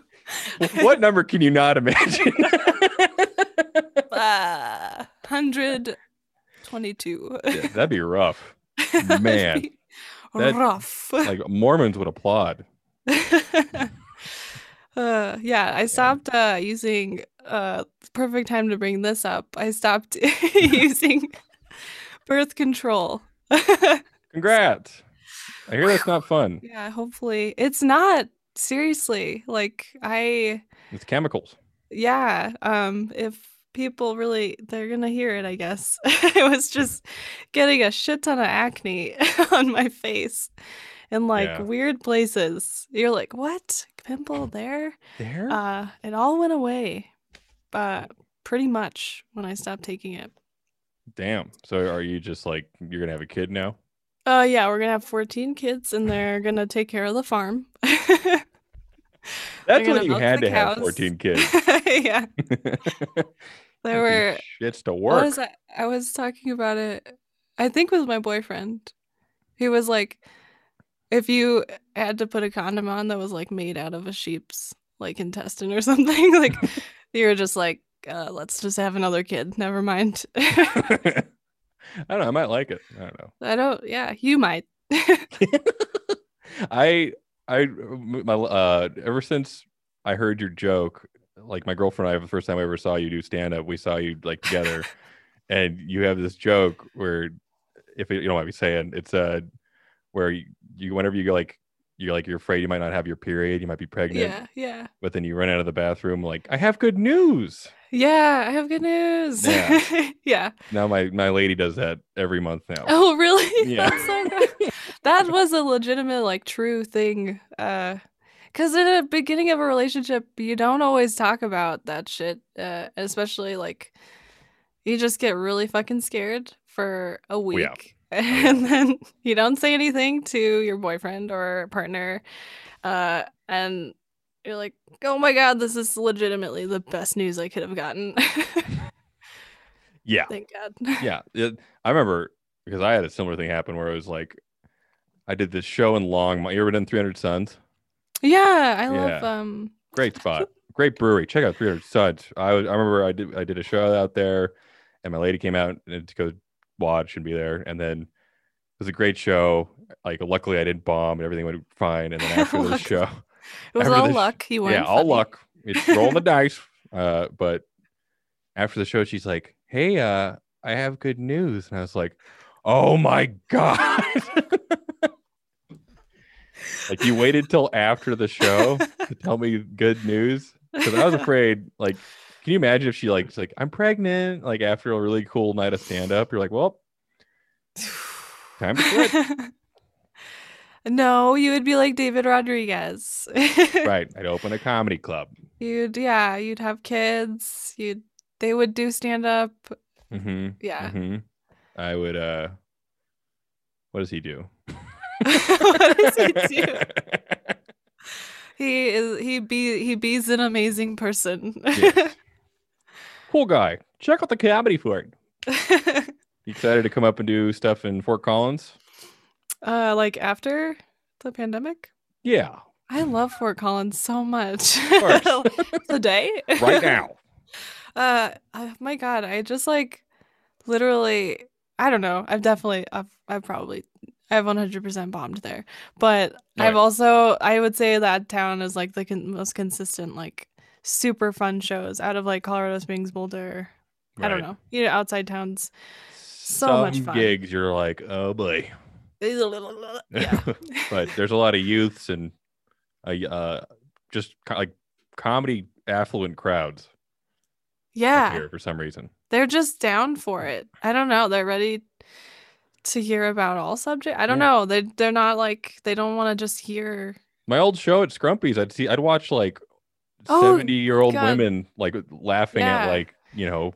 S1: what number can you not imagine?
S3: uh, 122
S1: Yeah, that'd be rough.
S3: That'd
S1: Man,
S3: be
S1: that-
S3: rough
S1: Like Mormons would applaud.
S3: uh, yeah, I stopped uh, using. Uh, it's perfect time to bring this up. I stopped using birth control.
S1: Congrats. I hear that's not fun.
S3: yeah, hopefully it's not seriously like I.
S1: It's chemicals.
S3: Yeah, um, if people really they're gonna hear it, I guess. I was just getting a shit ton of acne on my face in like
S1: Yeah.
S3: weird places. You're like, what pimple there?
S1: There?
S3: Uh, it all went away, uh, pretty much when I stopped taking it.
S1: Damn. So are you just like you're gonna have a kid now?
S3: uh, yeah, we're gonna have 14 kids, and they're gonna take care of the farm.
S1: That's
S3: gonna
S1: when you
S3: milk
S1: had
S3: the
S1: to have
S3: cows.
S1: 14 kids.
S3: yeah, there were.
S1: shits to
S3: What
S1: work.
S3: was I? I was talking about it. I think with my boyfriend, he was like, if you had to put a condom on that was like made out of a sheep's like intestine or something, like you were just like, uh, let's just have another kid. Never mind.
S1: I don't know. I might like it. I don't know.
S3: I don't. Yeah, you might.
S1: I I my uh ever since I heard your joke, like my girlfriend and I the first time I ever saw you do stand up, we saw you like together, and you have this joke where if you know what I'm saying, it's uh where you, you whenever you go like you're like you're afraid you might not have your period, you might be pregnant,
S3: yeah, yeah,
S1: but then you run out of the bathroom like I have good news.
S3: yeah. I have good news.
S1: Yeah.
S3: Yeah.
S1: Now my my lady does that every month now.
S3: Oh, really?
S1: Yeah.
S3: That's so good. that was a legitimate, like, true thing. Uh, because in the beginning of a relationship, you don't always talk about that shit. Uh, especially like, you just get really fucking scared for a week.
S1: Oh, yeah. yeah.
S3: And then you don't say anything to your boyfriend or partner. Uh, and you're like, oh my God, this is legitimately the best news I could have gotten.
S1: Yeah.
S3: Thank God.
S1: yeah it- i remember because i had a similar thing happen where it was like i did this show in longmont you ever done 300 suns
S3: Yeah, I love
S1: Yeah.
S3: um
S1: great spot great brewery check out 300 suns i was i remember i did i did a show out there and my lady came out and to go watch and be there and then it was a great show like luckily i didn't bomb and everything went fine and then after the
S3: Luckily.
S1: show
S3: It was
S1: After
S3: all
S1: the sh-
S3: luck. He won.
S1: yeah, all luck. It's rolling the dice. Uh, but after the show, she's like, "Hey, uh, I have good news," and I was like, "Oh my god!" like you waited till after the show to tell me good news because I was afraid. Like, can you imagine if she like, like I'm pregnant? Like after a really cool night of stand up, you're like, "Well, time to quit."
S3: no, you would be like David Rodriguez.
S1: right? I'd open a comedy club.
S3: You'd yeah, you'd have kids. You'd they would do stand up.
S1: Mm-hmm.
S3: Yeah.
S1: hmm I would. uh What does he do? Mm.
S3: what does he do? He is he be he be's an amazing person.
S1: Yes. cool guy. Check out the comedy for it. You excited to come up and do stuff in Fort Collins?
S3: uh like after the pandemic.
S1: Yeah,
S3: I love Fort Collins so much.
S1: course.
S3: Today?
S1: right now.
S3: Uh oh my god, I just like literally I don't know. I've definitely I've I've probably I've 100% bombed there. But
S1: Right.
S3: I've also I would say that town is like the con- most consistent like super fun shows out of like Colorado Springs, Boulder. I don't
S1: Right.
S3: know. You know, outside towns. So
S1: Some
S3: much fun.
S1: gigs, you're like, oh boy.
S3: Yeah.
S1: but there's a lot of youths and uh, y- uh just co- like comedy affluent crowds up
S3: yeah.
S1: here for some reason.
S3: They're just down for it. I don't know. They're ready to hear about all subject. I don't
S1: Yeah.
S3: know. They they're not like they don't want to just hear
S1: My old show at Scrumpy's, I'd see, I'd watch like
S3: Oh,
S1: seventy-year-old
S3: God.
S1: women like laughing at
S3: Yeah.
S1: like you know,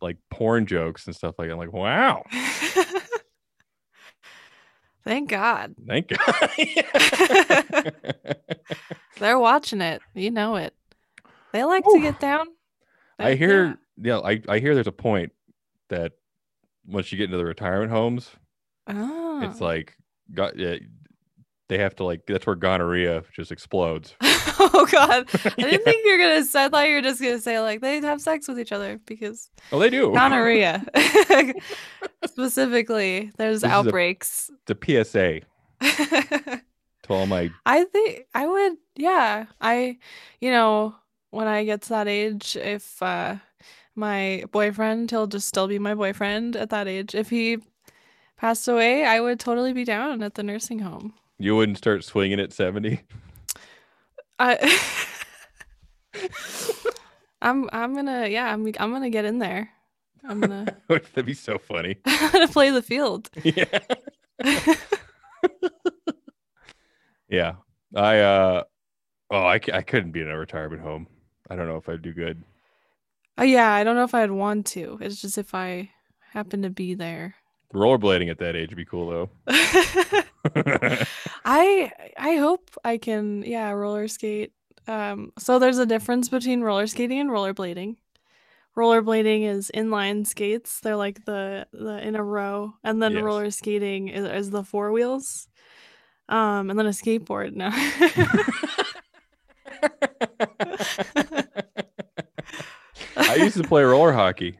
S1: like porn jokes and stuff like that. I'm like, wow,
S3: Thank God.
S1: thank God.
S3: They're watching it. You know it. They like
S1: Whew.
S3: to get down.
S1: I
S3: They-
S1: hear, yeah,
S3: yeah.
S1: I, I hear there's a point that once you get into the retirement homes,
S3: Oh.
S1: it's like got uh, they have to like that's where gonorrhea just explodes.
S3: oh God. I
S1: Yeah.
S3: didn't think you were gonna say I thought you were just gonna say like they have sex with each other because
S1: Oh, they do.
S3: gonorrhea. Specifically, there's
S1: This is a-
S3: outbreaks.
S1: It's a PSA to all my
S3: I think I would, yeah. I, you know, when I get to that age, if uh my boyfriend, he'll just still be my boyfriend at that age. If he passed away, I would totally be down at the nursing home.
S1: you wouldn't start swinging at seventy.
S3: I, I'm, I'm gonna, yeah, I'm, I'm gonna get in there. I'm gonna,
S1: That'd be so funny.
S3: I'm gonna play the field. Uh,
S1: yeah. yeah. I uh oh, I, c- I couldn't be in a retirement home. I don't know if I'd do good.
S3: Uh, yeah, I don't know if I'd want to. It's just if I happen to be there.
S1: Rollerblading at that age would be cool though.
S3: I I hope I can yeah roller skate. Um, so there's a difference between roller skating and rollerblading. Rollerblading is inline skates; they're like the the in a row, and then
S1: Yes.
S3: roller skating is, is the four wheels, um, and then a skateboard. Now,
S1: I used to play roller hockey.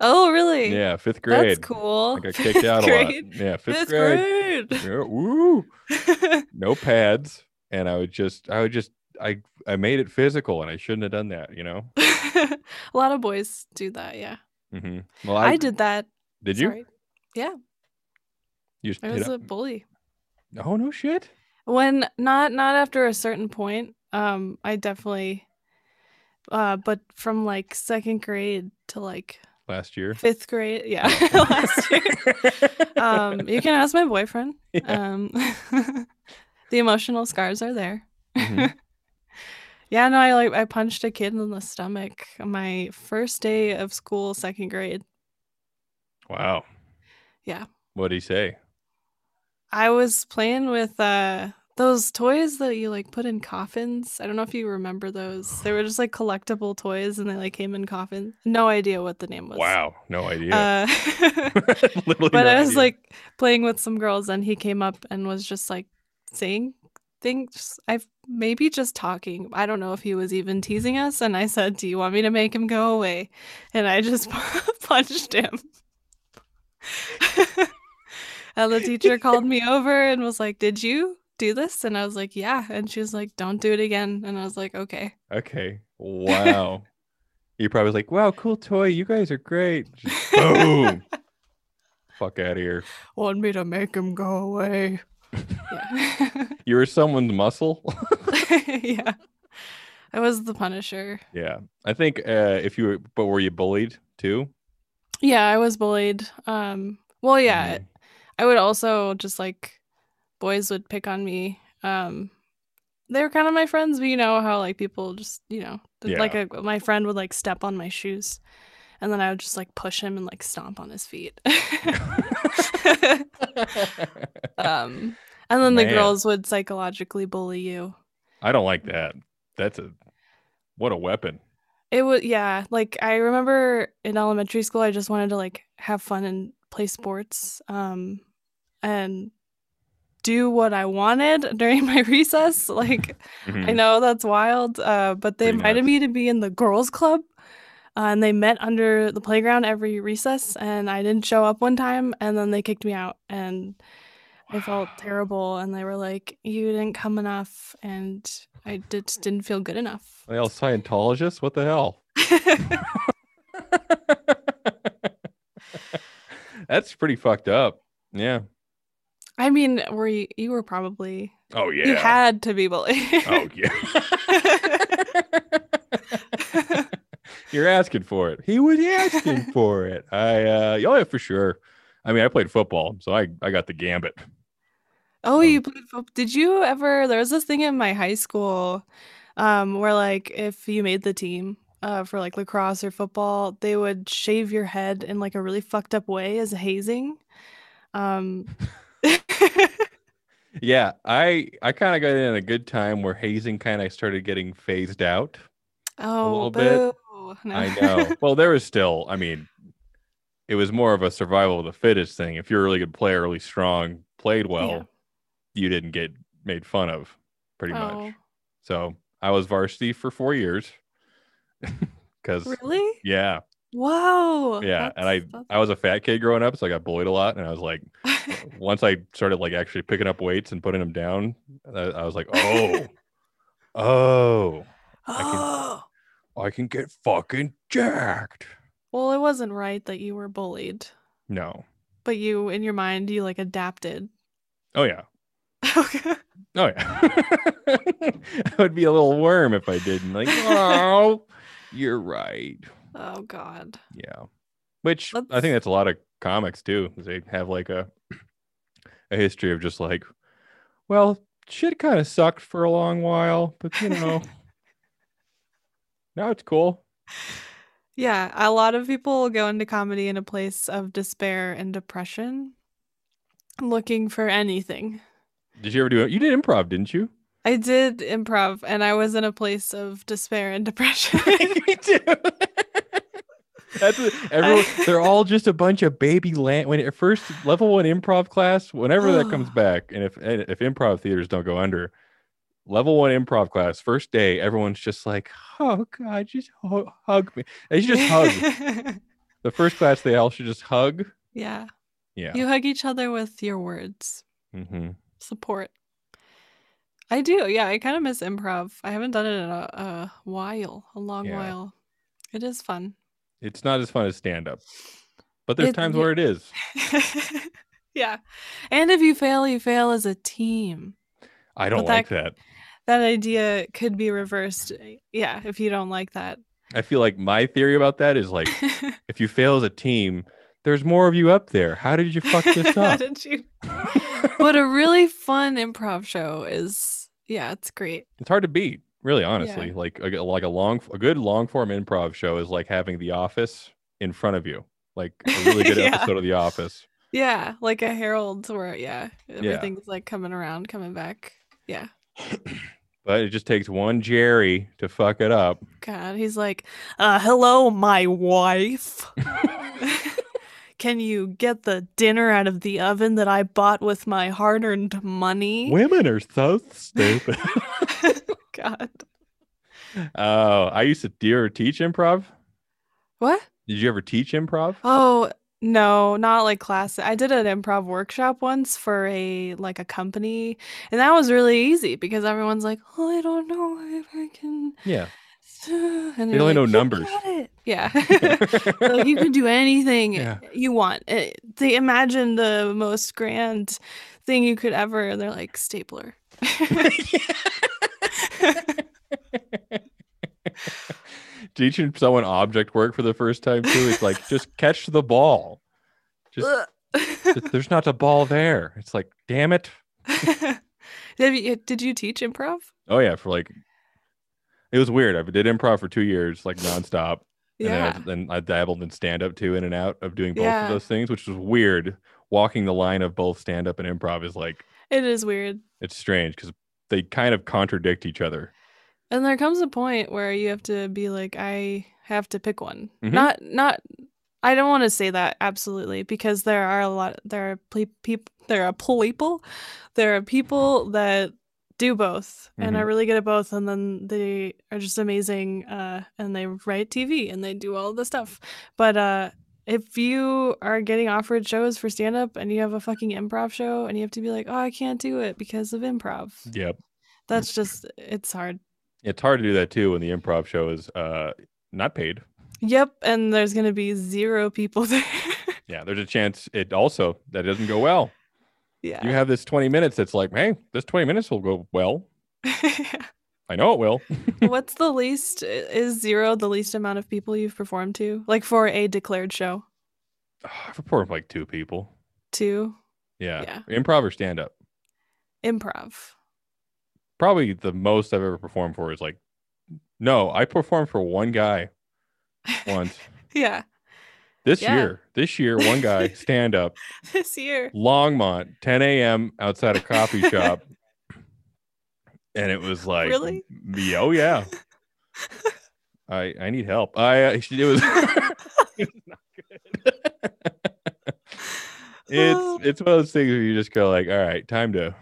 S3: oh really?
S1: Yeah, fifth grade.
S3: that's cool.
S1: I got kicked out a lot. Yeah, fifth
S3: Oh, Fifth
S1: grade.
S3: grade.
S1: Yeah, woo.
S3: Fifth grade.
S1: No pads. And I would just I would just I I made it physical and I shouldn't have done that, you know?
S3: a lot of boys do that. Yeah,
S1: hmm Well
S3: I, did that.
S1: Did you?
S3: Sorry.
S1: You just
S3: I
S1: hit
S3: was
S1: a-
S3: a bully.
S1: Oh no shit.
S3: when not not after a certain point um i definitely uh but from like second grade to like
S1: Last year.
S3: fifth grade yeah last year um you can ask my boyfriend um the emotional scars are there
S1: Mhm.
S3: yeah no i like i punched a kid in the stomach on my first day of school second grade
S1: Wow.
S3: Yeah.
S1: What'd he say?
S3: i was playing with uh those toys that you like put in coffins. I don't know if you remember those. They were just like collectible toys and they like came in coffins. No idea what the name was.
S1: Wow. No idea.
S3: Uh,
S1: Literally
S3: but
S1: no
S3: I was
S1: idea.
S3: like playing with some girls and he came up and was just like saying things. I maybe just talking. I don't know if he was even teasing us. And I said, Do you want me to make him go away? And I just punched him. and the teacher called me over and was like, Did you? do this?" And I was like, "Yeah." And she was like, "Don't do it again." And I was like, "Okay."
S1: Okay. Wow. You're probably like, wow, cool toy. You guys are great. Just boom. Fuck out of here.
S3: Want me to make him go away? yeah.
S1: You were someone's muscle.
S3: yeah. I was the Punisher.
S1: yeah. I think uh, if you were, but were you bullied too?
S3: Yeah, I was bullied. Um, well, yeah,
S1: Mm.
S3: I would also just like boys would pick on me. Um, they were kind of my friends, but you know how like people just you know th- like a, my friend would like step on my shoes, and then I would just like push him and like stomp on his feet.
S1: Mm-hmm.
S3: um, and then the
S1: Man.
S3: girls would psychologically bully you.
S1: I don't like that. That's a, what a weapon.
S3: It was yeah, like I remember in elementary school I just wanted to like have fun and play sports um and do what I wanted during my recess. Like
S1: Mhm.
S3: I know that's wild, uh but they
S1: Pretty
S3: invited
S1: nuts.
S3: me to be in the girls club uh, and they met under the playground every recess and I didn't show up one time and then they kicked me out and I felt
S1: Wow.
S3: terrible and they were like you didn't come enough and I did, just didn't feel good enough.
S1: Are they all Scientologists? What the hell? That's pretty fucked up. Yeah.
S3: I mean, were you, you were probably
S1: Oh yeah.
S3: you had to be bullied.
S1: oh
S3: Oh,
S1: yeah. You're asking for it. He was asking for it. I uh oh, yeah, for sure. I mean, I played football, so I I got the gambit.
S3: Oh,
S1: Um,
S3: you played football. Did you ever? There was this thing in my high school, um, where like if you made the team, uh, for like lacrosse or football, they would shave your head in like a really fucked up way as hazing. Um,
S1: Yeah, I I kind of got in at a good time where hazing kind of started getting phased out.
S3: oh,
S1: little bit.
S3: boo. No.
S1: I know. well, there was still, I mean, it was more of a survival of the fittest thing. If you're a really good player, really strong, played well, you didn't get made fun of pretty much.
S3: Oh,
S1: So I was varsity for four years because,
S3: really?
S1: yeah,
S3: Wow.
S1: yeah. And I,
S3: that's-
S1: I was a fat kid growing up, so I got bullied a lot. And I was like,
S3: that's-
S1: once I started like actually picking up weights and putting them down, I, I was like, oh, oh, can-
S3: oh.
S1: I can get fucking jacked.
S3: Well, it wasn't right that you were bullied.
S1: No.
S3: But you, in your mind, you like adapted.
S1: Oh, yeah.
S3: Okay.
S1: Oh yeah, I would be a little worm if I didn't. Like, oh, you're right.
S3: oh God.
S1: Yeah, which I
S3: Let's-
S1: think that's a lot of comics too. 'cause They have like a a history of just like, well, shit kind of sucked for a long while, but you know, now it's cool.
S3: Yeah, a lot of people go into comedy in a place of despair and depression, looking for anything.
S1: Did you ever do it? You did improv, didn't you?
S3: I did improv, and I was in a place of despair and depression.
S1: Me too. That's what, everyone. They're all just a bunch of baby land. When at first level one improv class, whenever that comes back, and if and if improv theaters don't go under, level one improv class, first day, everyone's just like, "Oh God, just hu- hug me." They should just hug. the first class, they all should just hug.
S3: yeah.
S1: Yeah.
S3: you hug each other with your words,
S1: hmm
S3: support. I do. Yeah, I kind of miss improv. I haven't done it in a, a while, a long
S1: Yeah.
S3: while. It is fun.
S1: It's not as fun as stand up, but there's
S3: It-
S1: times
S3: yeah.
S1: where it is.
S3: yeah. And if you fail, you fail as a team.
S1: I don't
S3: But
S1: like
S3: that-
S1: that.
S3: That idea could be reversed. Yeah, if you don't like that.
S1: I feel like my theory about that is like, if you fail as a team, there's more of you up there. How did you fuck this
S3: How
S1: up?
S3: did you? But a really fun improv show is, yeah, it's great.
S1: it's hard to beat really honestly like a, like a long a good long form improv show is like having the office in front of you like a really good
S3: Yeah.
S1: episode of the office
S3: Yeah, like a Herald where, yeah, everything's like coming around, coming back. Yeah.
S1: but it just takes one jerry to fuck it up
S3: God, he's like, uh, hello, my wife. Can you get the dinner out of the oven that I bought with my hard earned money?
S1: women are so stupid
S3: God.
S1: oh i used to do you ever teach improv
S3: What?
S1: did you ever teach improv
S3: Oh, No, not like class. I did an improv workshop once for a like a company, and that was really easy because everyone's like, "Oh, I don't know if I can."
S1: Yeah.
S3: And
S1: They
S3: you're
S1: only know
S3: "You
S1: numbers."
S3: got it." Yeah. like you can do anything
S1: Yeah.
S3: you want. It- they imagine the most grand thing you could ever, and they're like stapler.
S1: Teaching someone object work for the first time too is like just catch the ball. Just
S3: Ugh.
S1: th- there's not a ball there. It's like damn it.
S3: Did you- did you teach improv?
S1: Oh yeah, for like it was weird. I did improv for two years, like nonstop.
S3: Yeah.
S1: And then I, then I dabbled in stand up too, in and out of doing both
S3: Yeah.
S1: of those things, which was weird. Walking the line of both stand up and improv is like
S3: It is weird.
S1: it's strange because they kind of contradict each other.
S3: And there comes a point where you have to be like, I have to pick one.
S1: Mhm.
S3: Not, not. I don't want to say that absolutely because there are a lot. There are ple- people. There are people. There are people that do both and are really good at both, and then they are just amazing. Uh, and they write TV and they do all the stuff. But uh, if you are getting offered shows for stand up and you have a fucking improv show and you have to be like, oh, I can't do it because of improv.
S1: Yep.
S3: That's just it's hard.
S1: It's hard to do that too when the improv show is uh not paid.
S3: Yep, and there's gonna be zero people there.
S1: Yeah, there's a chance it also that doesn't go well.
S3: yeah.
S1: You have this 20 minutes that's like, hey, this 20 minutes will go well. I know it will.
S3: What's the least? i- Is zero the least amount of people you've performed to? Like for a declared show?
S1: I've reported like two people.
S3: Two?
S1: Yeah. Improv or stand up.
S3: Improv.
S1: Probably the most I've ever performed for is like, no, I performed for one guy once
S3: yeah.
S1: this
S3: Yeah.
S1: year. This year, one guy stand up,
S3: This year.
S1: Longmont, 10 a.m. outside a coffee shop. And it was like,
S3: Really?
S1: m- Oh, yeah. I, I need help. I uh, it was
S3: Oh.
S1: it's it's one of those things where you just go like, all right, time to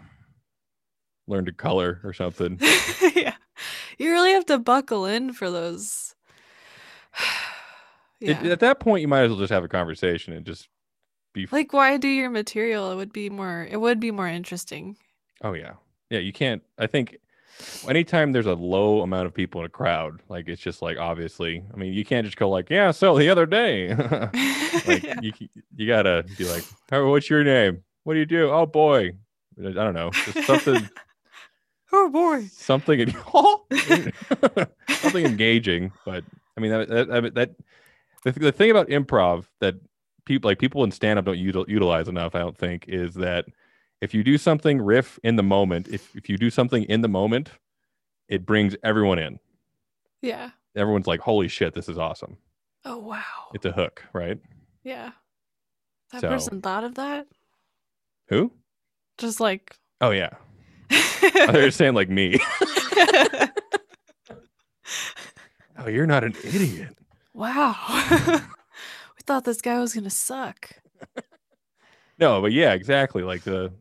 S1: learn to color or something.
S3: yeah. You really have to buckle in for those.
S1: It-
S3: yeah.
S1: at that point, you might as well just have a conversation and just be. f-
S3: like why do your material? It would be more it would be more interesting.
S1: oh yeah, yeah. You can't. I think anytime there's a low amount of people in a crowd, like it's just like obviously. I mean, you can't just go like, yeah. So the other day, like
S3: Yeah.
S1: you you gotta be like, oh, what's your name? What do you do? Oh boy, I don't know. Just something
S3: Oh boy.
S1: something en- something engaging but i mean that that, that, that the, th- the thing about improv that people like people in stand up don't util- utilize enough i don't think is that if you do something riff in the moment if, if you do something in the moment it brings everyone in
S3: Yeah.
S1: everyone's like holy shit this is awesome
S3: Oh wow.
S1: it's a hook right
S3: Yeah. That
S1: So-
S3: person thought of that?
S1: who
S3: Just like
S1: oh yeah they're saying like me oh you're not an idiot
S3: Wow. we thought this guy was gonna suck.
S1: No, but yeah, exactly. Like the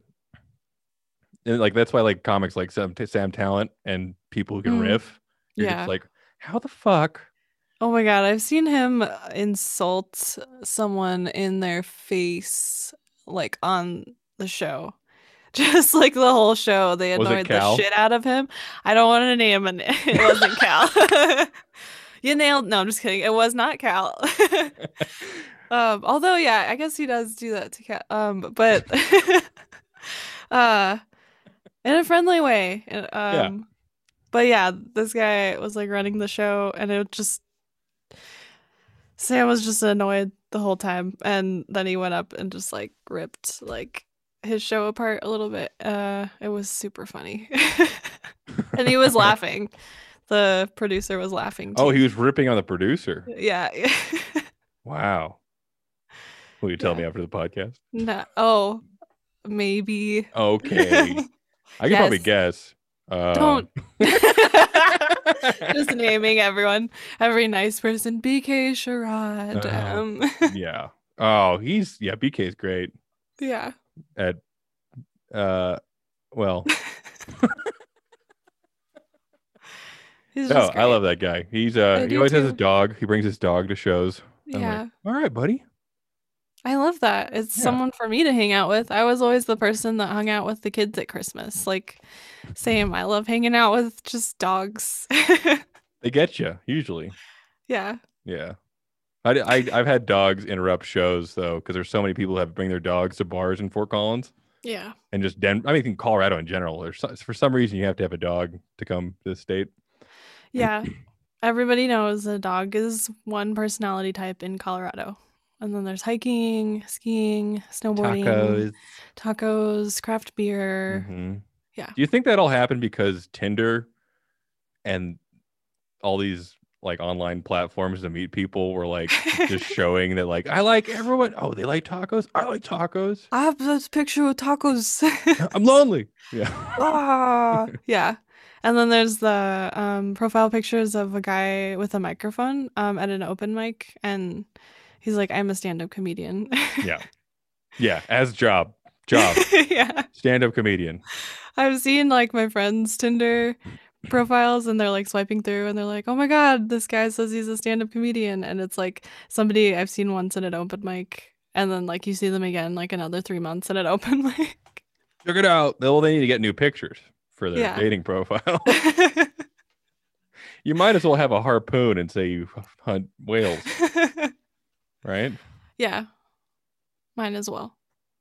S1: and like that's why like comics like Sam, Sam Talent and people who can
S3: Mm.
S1: riff, you're
S3: Yeah.
S1: just like, how the fuck?
S3: Oh my god, I've seen him insult someone in their face like on the show. Just like the whole show, they
S1: Was it
S3: annoyed
S1: Cal?
S3: the shit out of him. I don't want to name it. It wasn't Cal. you nailed. No, I'm just kidding. It was not Cal. um, although, yeah, I guess he does do that to Cal. Um, but uh, in a friendly way. and,
S1: Yeah.
S3: Um, But yeah, this guy was like running the show, and it just Sam was just annoyed the whole time, and then he went up and just like ripped like his show apart a little bit. Uh, it was super funny, and he was laughing. The producer was laughing. Too.
S1: Oh, he was ripping on the producer.
S3: yeah.
S1: Wow. Will you tell
S3: Yeah.
S1: me after the podcast?
S3: no. Oh, maybe.
S1: Okay. I can probably
S3: Yes.
S1: guess. Uh,
S3: Don't. just naming everyone, every nice person, BK Sherrod.
S1: Oh.
S3: Um,
S1: yeah. Oh, he's yeah, BK's great
S3: yeah.
S1: at uh well,
S3: He's
S1: no,
S3: just
S1: oh, I love that guy. He's uh
S3: I
S1: he
S3: do
S1: great. he always has
S3: too.
S1: his dog. He brings his dog to shows. I'm like,
S3: Yeah.
S1: All right, buddy.
S3: I love that. It's
S1: Yeah.
S3: someone for me to hang out with. I was always the person that hung out with the kids at Christmas. Like, same. I love hanging out with just dogs.
S1: They get you usually.
S3: yeah.
S1: Yeah. I, d- I, have had dogs interrupt shows though, because there's so many people that bring their dogs to bars in Fort Collins
S3: Yeah.
S1: and just Den. I mean, in Colorado in general, there's so- for some reason you have to have a dog to come to the state.
S3: Yeah. Everybody knows a dog is one personality type in Colorado. And then there's hiking, skiing, snowboarding,
S1: Tacos.
S3: tacos, craft beer.
S1: Mhm.
S3: Yeah.
S1: Do you think that all happened because Tinder and all these like online platforms to meet people were like Mm-hmm. just showing that like I like everyone. Oh, they like tacos. I like tacos.
S3: I have this picture with tacos.
S1: I'm lonely. Yeah.
S3: ah, yeah. And then there's the um, profile pictures of a guy with a microphone um, at an open mic, and he's like, "I'm a stand-up comedian."
S1: yeah. Yeah. As job. Job.
S3: yeah.
S1: Stand up comedian.
S3: I've seen like my friends' Tinder profiles, and they're like swiping through, and they're like, "Oh my god, this guy says he's a stand-up comedian," and it's like somebody I've seen once at an open mic, and then like you see them again like another three months at an open mic.
S1: Check it out. Well, they need to get new pictures for their
S3: Yeah.
S1: dating profile. you might as well have a harpoon and say you hunt whales, right?
S3: yeah, mine as well.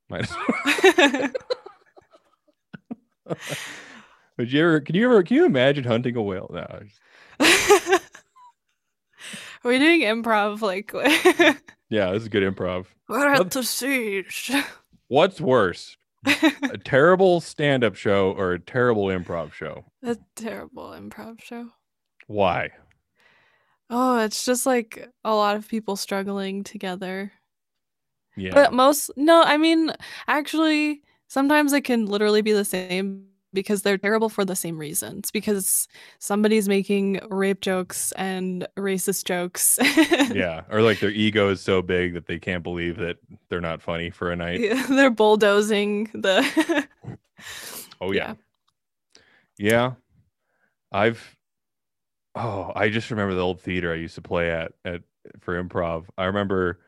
S1: Might as well. Would you ever? Can you ever? Can you imagine hunting a whale? No, I just-
S3: Are we doing improv? Like,
S1: yeah, this is good improv.
S3: we're
S1: at
S3: the siege.
S1: What's worse, a terrible stand-up show or a terrible improv show?
S3: A terrible improv show.
S1: Why?
S3: Oh, it's just like a lot of people struggling together.
S1: Yeah,
S3: But most, no, I mean, actually, sometimes it can literally be the same because they're terrible for the same reasons. Because somebody's making rape jokes and racist jokes.
S1: yeah, or like their ego is so big that they can't believe that they're not funny for a night.
S3: Yeah, they're bulldozing the
S1: Oh yeah. yeah. I've oh, I just remember the old theater I used to play at at for improv. I remember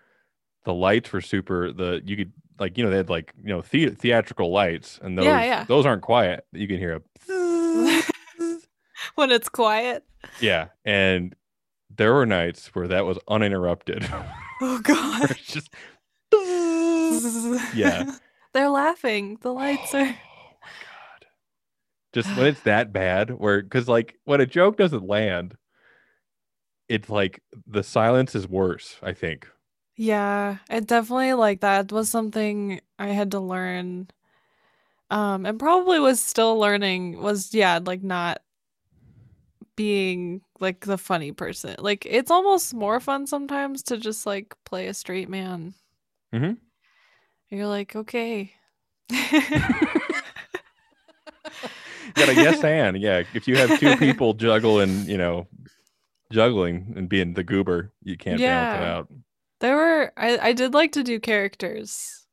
S1: the lights were super the you could like you know they had like you know the, theatrical lights and those
S3: Yeah, yeah.
S1: those aren't quiet. You can hear a
S3: when it's quiet.
S1: yeah, and there were nights where that was uninterrupted.
S3: Oh god.
S1: It's just
S3: yeah. They're laughing. The lights are
S1: Oh my god. Just when it's that bad, where because like when a joke doesn't land, it's like the silence is worse. I think.
S3: Yeah, it definitely like that was something I had to learn. Um and probably was still learning was yeah, like not being like the funny person. Like it's almost more fun sometimes to just like play a straight man.
S1: Mhm.
S3: You're like, okay.
S1: You got a yes and yeah. If you have two people juggling, you know, juggling and being the goober, you can't balance it
S3: Yeah.
S1: out.
S3: There were I, I did like to do characters,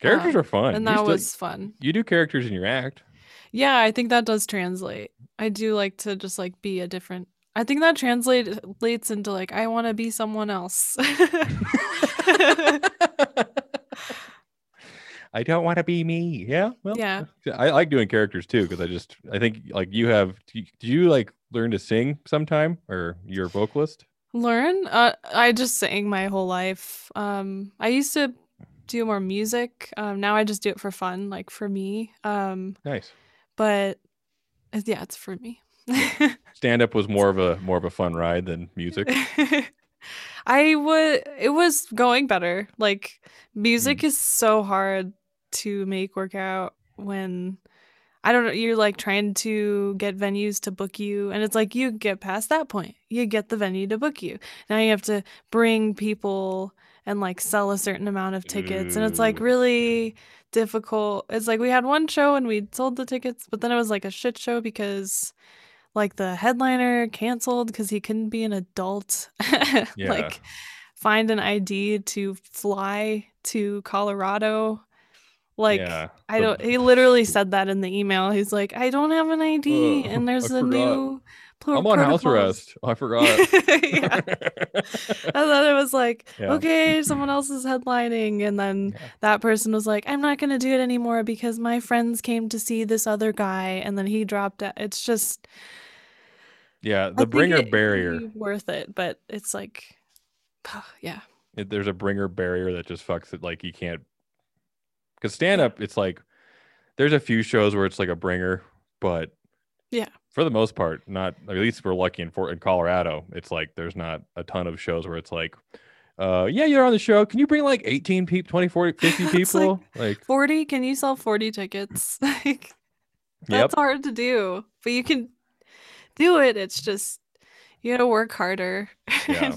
S1: Characters
S3: Um,
S1: are fun.
S3: and
S1: You
S3: that
S1: still-
S3: was fun.
S1: you do characters in your act.
S3: Yeah, I think that does translate. I do like to just like be a different. I think that translates into like I want to be someone else.
S1: I don't want to be me. Yeah. Well,
S3: Yeah.
S1: I like doing characters too because I just I think like you have. Do you, do you like learn to sing sometime or you're a vocalist?
S3: Learn. Uh, I just sang my whole life. Um, I used to do more music. Um, now I just do it for fun, like for me. Um,
S1: Nice.
S3: but uh, yeah, it's for me.
S1: Stand up was more of a more of a fun ride than music.
S3: I would it was going better. Like music
S1: Hmm.
S3: is so hard to make work out when I don't know, you're like trying to get venues to book you and it's like you get past that point. You get the venue to book you. Now you have to bring people and like sell a certain amount of tickets and it's like
S1: Ooh.
S3: really difficult. It's like we had one show and we sold the tickets, but then it was like a shit show because like the headliner canceled because he couldn't be an adult.
S1: Yeah.
S3: Like find an ID to fly to Colorado. Like
S1: Yeah.
S3: I
S1: The-
S3: don't he literally said that in the email. He's like, I don't have an ID
S1: Ugh,
S3: and there's
S1: I
S3: a
S1: forgot.
S3: new Pl-
S1: I'm on house
S3: protocols.
S1: arrest. Oh, I forgot.
S3: yeah. I thought it was like,
S1: Yeah.
S3: okay, someone else is headlining. And then
S1: Yeah.
S3: that person was like, I'm not going to do it anymore because my friends came to see this other guy. And then he dropped out. It's just
S1: yeah,
S3: I
S1: the
S3: think
S1: bringer
S3: it would
S1: barrier.
S3: be worth it. But it's like, yeah.
S1: it- there's a bringer barrier that just fucks it like you can't because stand up it's like there's a few shows where it's like a bringer but
S3: Yeah.
S1: for the most part not at least we're lucky in Fort in colorado it's like there's not a ton of shows where it's like uh yeah you're on the show can you bring like 18 people 20 40 50
S3: It's like-
S1: people like,
S3: 40, can you sell 40 tickets? like,
S1: yep
S3: that's hard to do, but you can do it. It's just, you got to work harder.
S1: yeah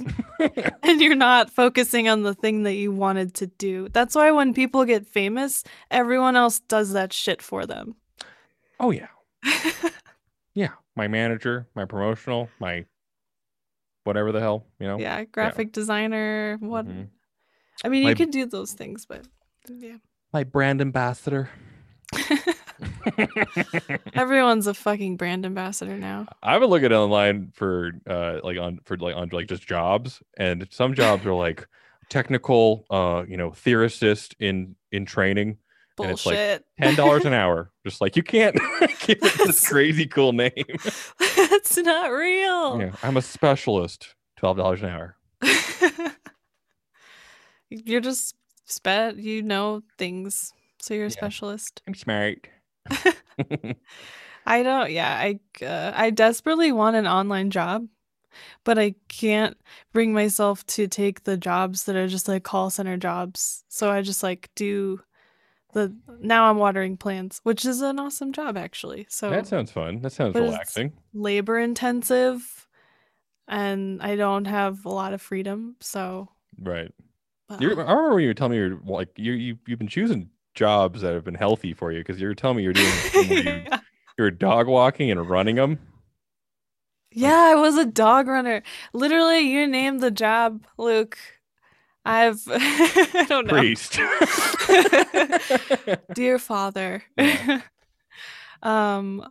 S3: and you're not focusing on the thing that you wanted to do. That's why when people get famous, everyone else does that shit for them.
S1: oh yeah yeah my manager my promotional my whatever the hell you know
S3: yeah, graphic designer, what
S1: Mhm.
S3: I mean,
S1: My-
S3: you can do those things, but yeah.
S1: my brand ambassador
S3: Everyone's a fucking brand ambassador now.
S1: I would look at it online for uh like on for like on like just jobs and some jobs are like technical uh you know theorist in in training And it's like
S3: Bullshit.
S1: ten dollars an hour just like you can't give it this crazy cool name
S3: That's not real.
S1: yeah, I'm a specialist twelve dollars an hour
S3: you're just sped you know things, so you're a
S1: Yeah.
S3: specialist.
S1: I'm smart
S3: I don't. Yeah, I uh, I desperately want an online job, but I can't bring myself to take the jobs that are just like call center jobs. So I just like do the now I'm watering plants, which is an awesome job actually. So
S1: that sounds fun that sounds
S3: But it's-
S1: relaxing
S3: labor intensive, and I don't have a lot of freedom. So
S1: right
S3: but
S1: you I remember you were telling me you're like you you you've been choosing jobs that have been healthy for you because you were telling me you're doing you,
S3: yeah.
S1: you're dog walking and running them
S3: Yeah, I was a dog runner. Literally, you named the job, Luke. I've I don't know.
S1: priest.
S3: dear father
S1: Yeah.
S3: um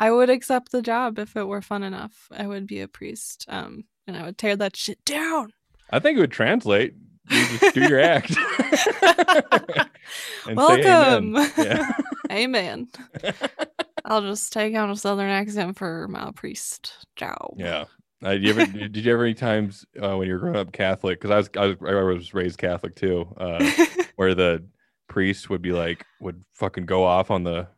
S3: i would accept the job if it were fun enough i would be a priest um and i would tear that shit down
S1: I think it would translate. You just do your act. And say amen.
S3: welcome
S1: Yeah.
S3: amen i'll just take on a southern accent for my priest job
S1: Yeah. Uh, did you ever did you ever any times uh, when you were growing up Catholic? Because I was, I was I was raised Catholic too, uh, where the priest would be like would fucking go off on the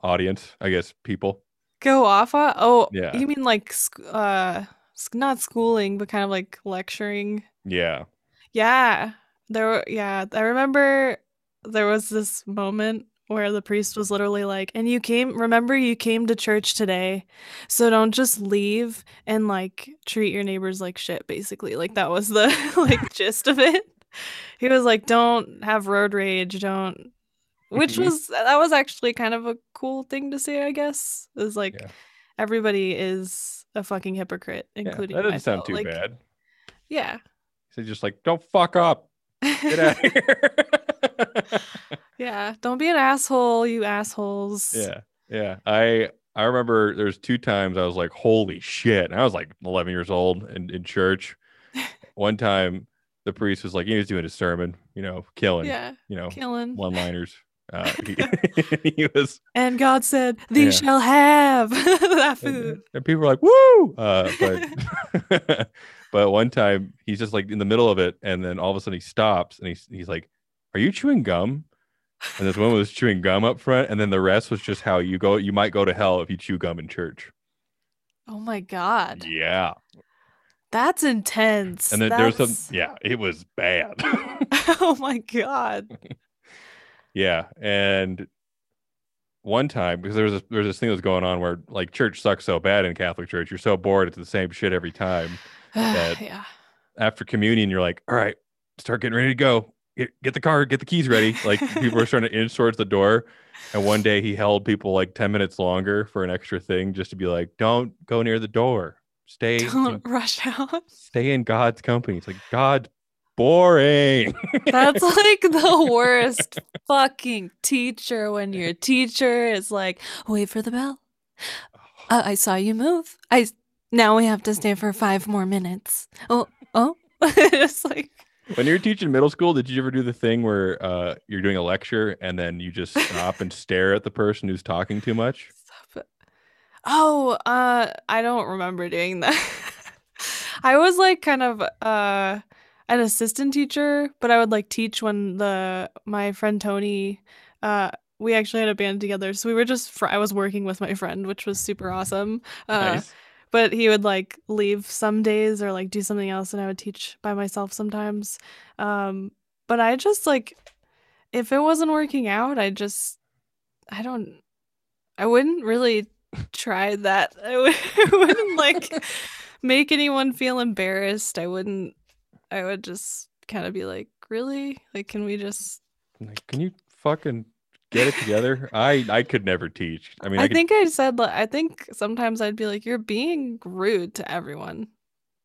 S1: audience. I guess people.
S3: go off on oh
S1: Yeah.
S3: you mean like sc- uh sc- not schooling but kind of like lecturing
S1: Yeah.
S3: Yeah, there. were- Yeah, I remember there was this moment where the priest was literally like, "And you came. Remember, you came to church today, so don't just leave and like treat your neighbors like shit." Basically, like that was the like gist of it. He was like, "Don't have road rage. Don't." Which
S1: Mhm.
S3: was that was actually kind of a cool thing to say, I guess. Is like
S1: Yeah.
S3: everybody is a fucking hypocrite,
S1: Yeah,
S3: including
S1: that doesn't sound
S3: myself.
S1: too
S3: Like,
S1: bad.
S3: Yeah.
S1: So just like don't fuck up. Get out of here.
S3: Yeah, don't be an asshole, you assholes.
S1: Yeah, yeah. I I remember there's two times I was like, "Holy shit!" And I was like 11 years old in, in church. One time, the priest was like, he was doing his sermon, you know, killing,
S3: Yeah,
S1: you know,
S3: killing.
S1: one-liners. Uh, he, he was,
S3: And God said, "Thee
S1: Yeah.
S3: shall have that
S1: and,
S3: food."
S1: and people were like, "Woo!" Uh, but but one time, he's just like in the middle of it, and then all of a sudden he stops and he's he's like, "Are you chewing gum?" And this woman was chewing gum up front, and then the rest was just how you go. You might go to hell if you chew gum in church.
S3: Oh my God,
S1: Yeah.
S3: that's intense.
S1: And then there's some
S3: That's-
S1: yeah, it was bad.
S3: oh my God.
S1: yeah. And one time because there was this, there was this thing that was going on where like church sucks so bad in Catholic church. You're so bored it's the same shit every time. That-
S3: yeah.
S1: After communion you're like, "All right, start getting ready to go. Get, get the car, get the keys ready." Like people were starting to inch towards the door. And one day he held people like 10 minutes longer for an extra thing just to be like, "Don't go near the door. Stay in,
S3: Don't rush out.
S1: stay in God's company." It's like, "God, boring."
S3: That's like the worst fucking teacher when
S1: Oh.
S3: your teacher is like, wait for the bell. Uh, I saw you move. I Now we have to stay for five more minutes. Oh, oh. it's like,
S1: When you're teaching middle school, did you ever do the thing where uh, you're doing a lecture and then you just stop and stare at the person who's talking too much?
S3: stop it. oh, uh, I don't remember doing that. I was like kind of uh an assistant teacher, but I would like teach when the my friend Tony, uh, we actually had a band together, so we were just fr- I was working with my friend, which was super awesome. Uh,
S1: nice.
S3: but he would like leave some days or like do something else and i would teach by myself sometimes um but i just like if it wasn't working out i just i don't i wouldn't really try that i would, I wouldn't like make anyone feel embarrassed i wouldn't i would just kind of be like really like can we just
S1: I'm Like, can you fucking get it together? I I could never teach. I mean, I,
S3: i
S1: could,
S3: think i said like i think sometimes i'd be like you're being rude to everyone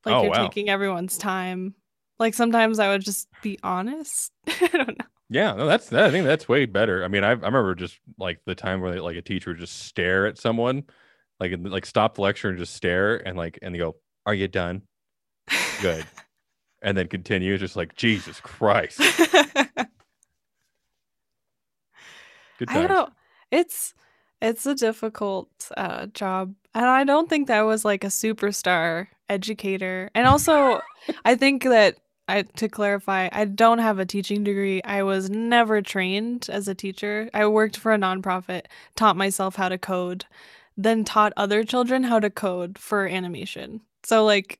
S3: like
S1: Oh,
S3: you're
S1: wow.
S3: taking everyone's time like sometimes i would just be honest i don't know
S1: yeah, no, that's that. I think that's way better. I mean, I I remember just like the time where like a teacher would just stare at someone, like and, like stop the lecture and just stare and like and they go, "Are you done? Good," and then continue. It's Just like Jesus Christ. Good
S3: i
S1: times.
S3: don't it's it's a difficult uh job and i don't think that I was like a superstar educator and also i think that I, to clarify, I don't have a teaching degree. I was never trained as a teacher. I worked for a nonprofit, taught myself how to code, then taught other children how to code for animation. So like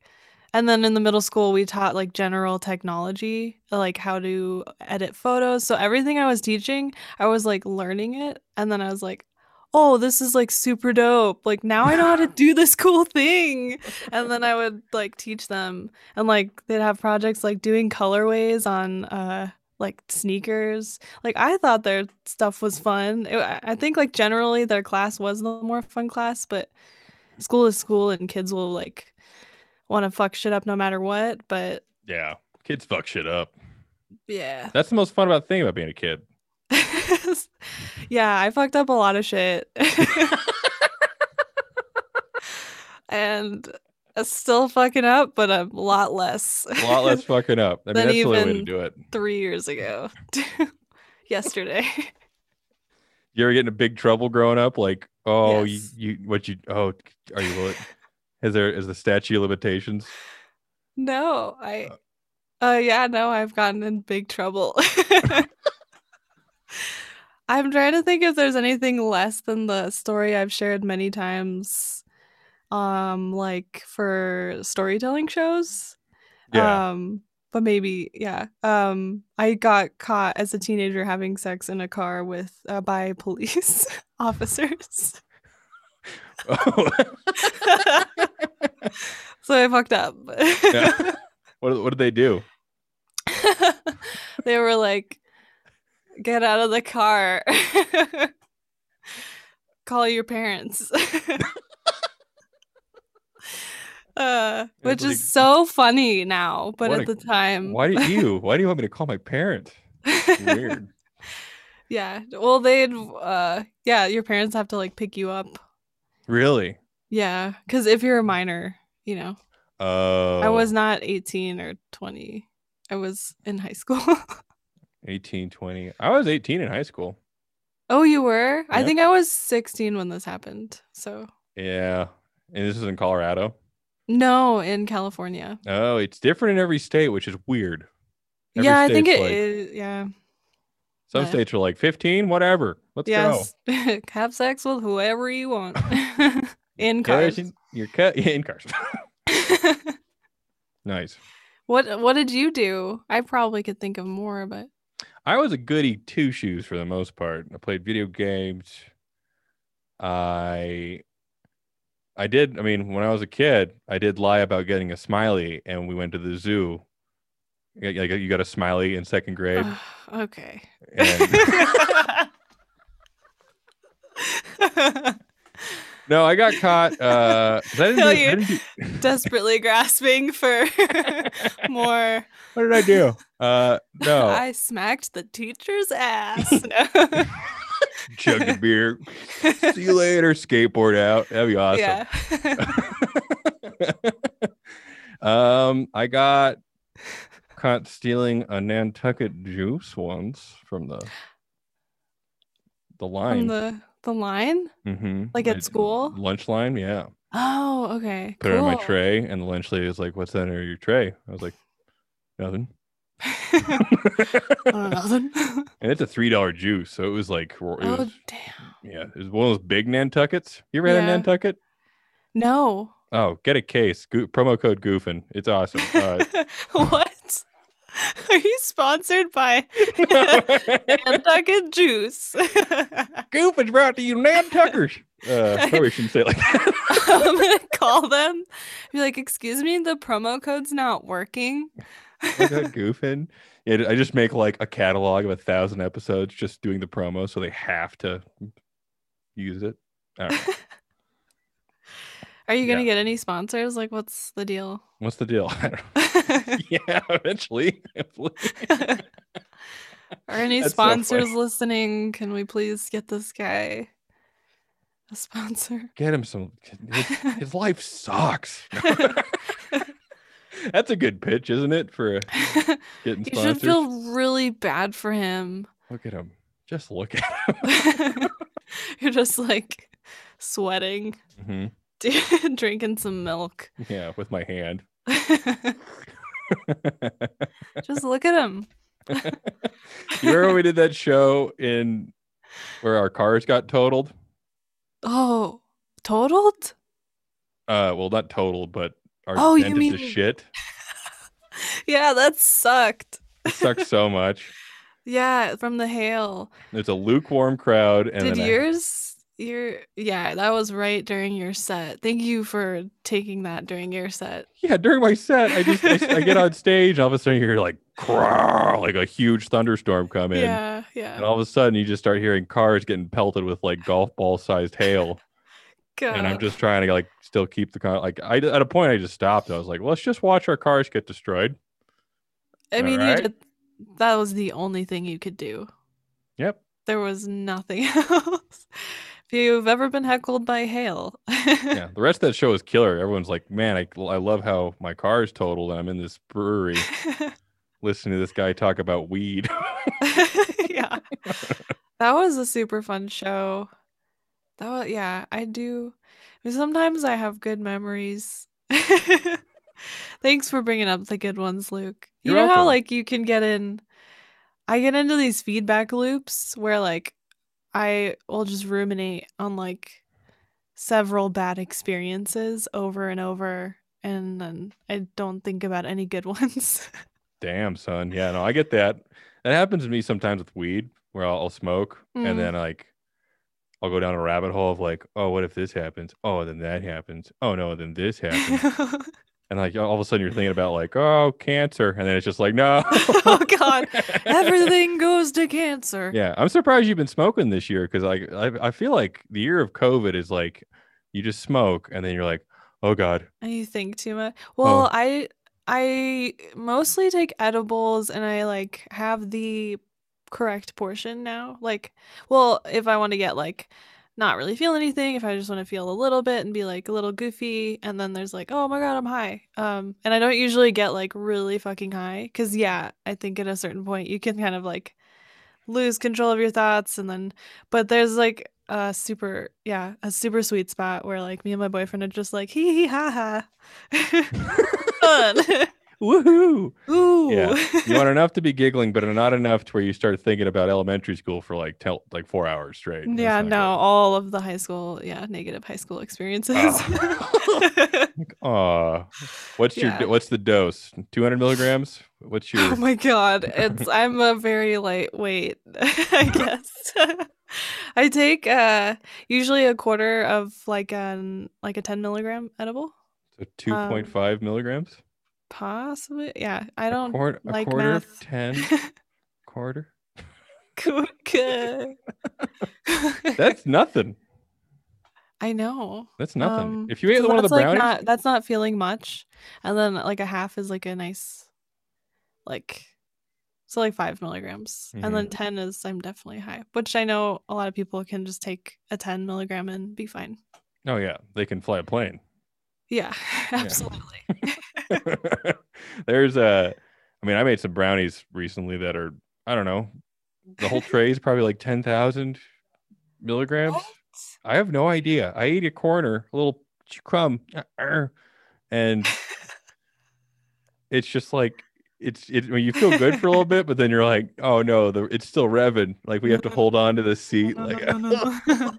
S3: and then in the middle school we taught like general technology, like how to edit photos. So everything I was teaching, I was like learning it and then I was like, "Oh, this is like super dope. Like now I know how to do this cool thing." And then I would like teach them and like they'd have projects like doing colorways on uh like sneakers like I thought their stuff was fun. It, I I think like generally their class was the more fun class, but school is school and kids will like want to fuck shit up no matter what. But
S1: Yeah, kids fuck shit up.
S3: yeah,
S1: That's the most fun about thing about being a kid.
S3: yeah, I fucked up a lot of shit, and I'm still fucking up, but a lot less.
S1: A lot less fucking up. I mean,
S3: Then
S1: that's the only way to
S3: even-
S1: do it.
S3: three years ago, yesterday.
S1: You ever get into big trouble growing up? Like, oh,
S3: Yes.
S1: you, you, what you, oh, are you, li- is there, is the statute of limitations?
S3: No, I. Uh, yeah, no, I've gotten in big trouble. I'm trying to think if there's anything less than the story I've shared many times, um, like for storytelling shows.
S1: Yeah.
S3: Um, but maybe, yeah. Um, I got caught as a teenager having sex in a car with uh, by police officers. So I fucked up.
S1: Yeah. what, what did they do?
S3: they were like, get out of the car. Call your parents. uh, which
S1: like-
S3: is so funny now, but
S1: What
S3: at
S1: a-
S3: the time.
S1: Why do you, why do you want me to call my parents? Weird.
S3: yeah. Well, they'd, uh, yeah, your parents have to like pick you up.
S1: really?
S3: Yeah. Cause if you're a minor, you know,
S1: Oh,
S3: I was not 18 or 20, I was in high school.
S1: 18, 20. I was 18 in high school.
S3: oh, you were? I
S1: Yeah.
S3: think I was 16 when this happened. So.
S1: Yeah. And this is in Colorado.
S3: No, in California.
S1: Oh, it's different in every state, which is weird. Every
S3: yeah, I think
S1: state's
S3: it
S1: like-
S3: is. Yeah.
S1: Some
S3: Yeah.
S1: states are like 15, whatever. Let's
S3: yes. Have sex with whoever you want. in
S1: go. Cars
S3: cars.
S1: in- Your cut yeah, in cars. nice.
S3: what What did you do? I probably could think of more, but
S1: I was a goody two shoes for the most part. I played video games. I I did, I mean, when I was a kid, I did lie about getting a smiley and we went to the zoo. Like like, you got a smiley in second grade.
S3: Ugh, okay.
S1: and- no, I got caught. Uh, 'cause I didn't do-
S3: No,
S1: I
S3: you-
S1: didn't do-
S3: Desperately grasping for more.
S1: what did I do? Uh, no,
S3: I smacked the teacher's ass. No.
S1: chugged a beer. See you later. Skateboard out. That'd be awesome.
S3: Yeah.
S1: um, I got caught stealing a Nantucket juice once from the the
S3: on
S1: line.
S3: the the line.
S1: Mhm.
S3: like at
S1: I-
S3: school?
S1: lunch line. Yeah,
S3: Oh, okay.
S1: put it on my
S3: cool.
S1: tray, and the lunch lady was like, "What's that under your tray?" I was like, "Nothing."
S3: Oh, nothing.
S1: and it's a three dollar juice, so it was like, it
S3: oh
S1: was,
S3: damn.
S1: yeah, it was one of those big Nantuckets. You ever had a
S3: Yeah.
S1: Nantucket?
S3: No.
S1: Oh, get a case. Go- promo code Goofin. It's awesome. Uh,
S3: what? Are you sponsored by Nantucket Juice?
S1: Goof is brought to you Nantuckers. Uh, probably shouldn't say it like that.
S3: I'm gonna call them. Be like, excuse me, the promo code's not working.
S1: Is that Goofin. Yeah, I just make like a catalog of a thousand episodes just doing the promo, so they have to use it. I don't know.
S3: Are you gonna
S1: Yeah.
S3: get any sponsors? Like, what's the deal?
S1: What's the deal? I don't yeah, eventually.
S3: Are any
S1: That's so funny.
S3: sponsors listening? Can we please get this guy a sponsor?
S1: Get him some. His, his life sucks. That's a good pitch, isn't it? For uh,
S3: you
S1: getting
S3: should
S1: sponsors.
S3: feel really bad for him.
S1: Look at him. Just look at him.
S3: You're just like sweating,
S1: Mhm.
S3: drinking some milk.
S1: Yeah, with my hand.
S3: just look at him.
S1: You remember when we did that show in where our cars got totaled?
S3: Oh, totaled?
S1: Uh, well, not totaled, but our
S3: Oh, you
S1: dented to
S3: mean-
S1: shit.
S3: Yeah, that sucked.
S1: It sucks so much.
S3: Yeah, from the hail.
S1: It's a lukewarm crowd, and
S3: Did
S1: then I-
S3: yours? Your yeah, that was right during your set. Thank you for taking that during your set.
S1: yeah, during my set, I just I, s- I get on stage, and all of a sudden you hear like crawl, like a huge thunderstorm come in,
S3: Yeah,
S1: and
S3: yeah.
S1: all of a sudden you just start hearing cars getting pelted with like golf ball sized hail, and I'm
S3: God.
S1: just trying to like still keep the con- like I at a point I just stopped. I was like, let's just watch our cars get destroyed.
S3: I mean,
S1: alright.
S3: you did, that was the only thing you could do.
S1: Yep.
S3: There was nothing else. If you've ever been heckled by hail,
S1: yeah, the rest of that show is killer. Everyone's like, man, I, I love how my car is totaled and I'm in this brewery listening to this guy talk about weed.
S3: yeah. That was a super fun show. That was, yeah, I do. I mean, sometimes I have good memories. Thanks for bringing up the good ones, Luke. You
S1: You're
S3: know how
S1: welcome.
S3: like you can get in I get into these feedback loops where like I will just ruminate on like several bad experiences over and over and then I don't think about any good ones.
S1: Damn, son. Yeah, no, I get that. That happens to me sometimes with weed where I'll, I'll smoke
S3: Mm.
S1: and then like I'll go down a rabbit hole of like, oh, what if this happens? Oh, then that happens. Oh, no, then this happens. and like all of a sudden you're thinking about like, oh, cancer. And then it's just like, no.
S3: oh god. Everything goes to cancer.
S1: Yeah, I'm surprised you've been smoking this year because like I, I feel like the year of COVID is like you just smoke and then you're like, oh god,
S3: And you think too much. Well, I I mostly take edibles and I like have the correct portion now. Like, well, if I want to get like not really feel anything, if I just want to feel a little bit and be like a little goofy, and then there's like, oh my god, I'm high. Um, and I don't usually get like really fucking high because yeah, I think at a certain point you can kind of like lose control of your thoughts and then but there's like a super yeah a super sweet spot where like me and my boyfriend are just like hee hee ha ha fun
S1: woohoo!
S3: ooh
S1: You want enough to be giggling, but not enough to where you start thinking about elementary school for like tell like four hours straight. That's
S3: yeah
S1: not
S3: no all of the high school yeah negative high school experiences
S1: Oh.
S3: oh,
S1: good. Aw, what's your
S3: Yeah.
S1: your what's the dose? 200 milligrams? What's your?
S3: Oh my god it's i'm a very lightweight i guess i take uh usually a quarter of like an like a 10 milligram edible
S1: so 2.5 milligrams.
S3: possibly yeah Um, i
S1: A
S3: don't
S1: quar- a
S3: like
S1: quarter,
S3: math.
S1: ten quarter.
S3: Good.
S1: That's nothing.
S3: I know.
S1: That's nothing.
S3: Um,
S1: if you ate
S3: so
S1: one of the
S3: that's, like,
S1: brownies,
S3: not- that's not feeling much. And then like a half is like a nice, like, so like five milligrams,
S1: Mhm.
S3: and then ten is I'm definitely high, which I know a lot of people can just take a ten milligram and be fine.
S1: oh yeah, they can fly a plane.
S3: Yeah, absolutely.
S1: There's a, I mean, I made some brownies recently that are, I don't know, the whole tray is probably like 10,000 milligrams.
S3: What?
S1: I have no idea. I ate a corner, a little ch- crumb, uh, er, and it's just like, it's it, I mean, you feel good for a little bit, but then you're like, oh no, the, it's still revving. Like we have to hold on to the seat.
S3: No, no,
S1: like,
S3: no, no, no.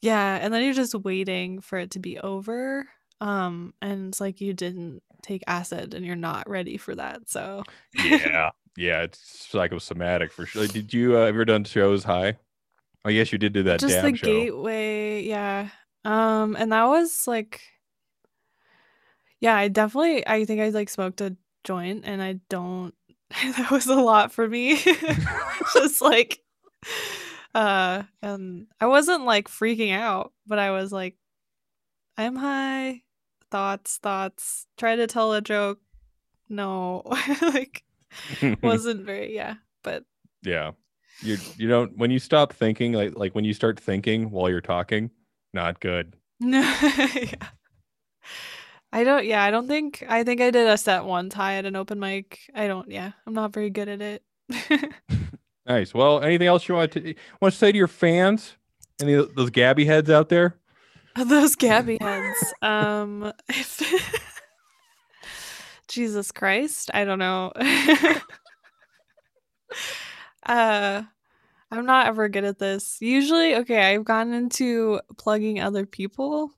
S3: yeah, and then you're just waiting for it to be over. Um, and it's like you didn't take acid and you're not ready for that. So
S1: yeah, yeah, it's psychosomatic for sure. Did you uh, ever done shows high? I guess you did do that
S3: just
S1: damn
S3: the
S1: show.
S3: gateway, yeah. Um, and that was like yeah, I definitely I think I like smoked a joint and I don't that was a lot for me. just like uh and I wasn't like freaking out, but I was like I'm high, thoughts, thoughts, try to tell a joke. No. like
S1: Hmm.
S3: wasn't very yeah, but
S1: yeah, you you don't when you stop thinking like like when you start thinking while you're talking, not good.
S3: No. yeah. I don't yeah, I don't think I think I did a set once high at an open mic. I don't yeah, I'm not very good at it.
S1: Nice. Well, anything else you want to want to say to your fans? Any of those Gabby heads out there?
S3: Those Gabby heads. Um if- Jesus Christ, I don't know. uh I'm not ever good at this. Usually, okay, I've gotten into plugging other people.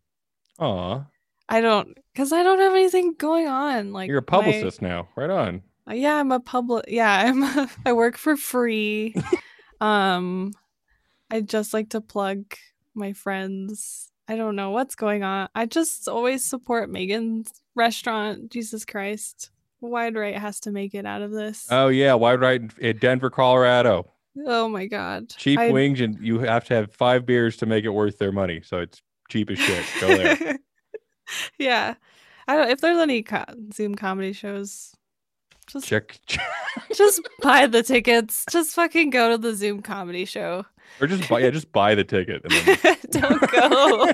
S1: Aw,
S3: I don't cuz I don't have anything going on like
S1: you're a
S3: my-
S1: publicist now. Right on.
S3: Uh, yeah i'm a public yeah i'm a, i work for free um i just like to plug my friends i don't know what's going on i just always support megan's restaurant jesus christ wide right has to make it out of this
S1: Oh yeah, wide right in- in Denver, Colorado.
S3: oh my god
S1: Cheap
S3: I-
S1: wings, and you have to have five beers to make it worth their money. So it's cheap as shit. Go there.
S3: yeah i don't if there's any co- zoom comedy shows just
S1: check, check
S3: just buy the tickets just fucking go to the zoom comedy show
S1: or just buy yeah, just buy the ticket. And then
S3: don't go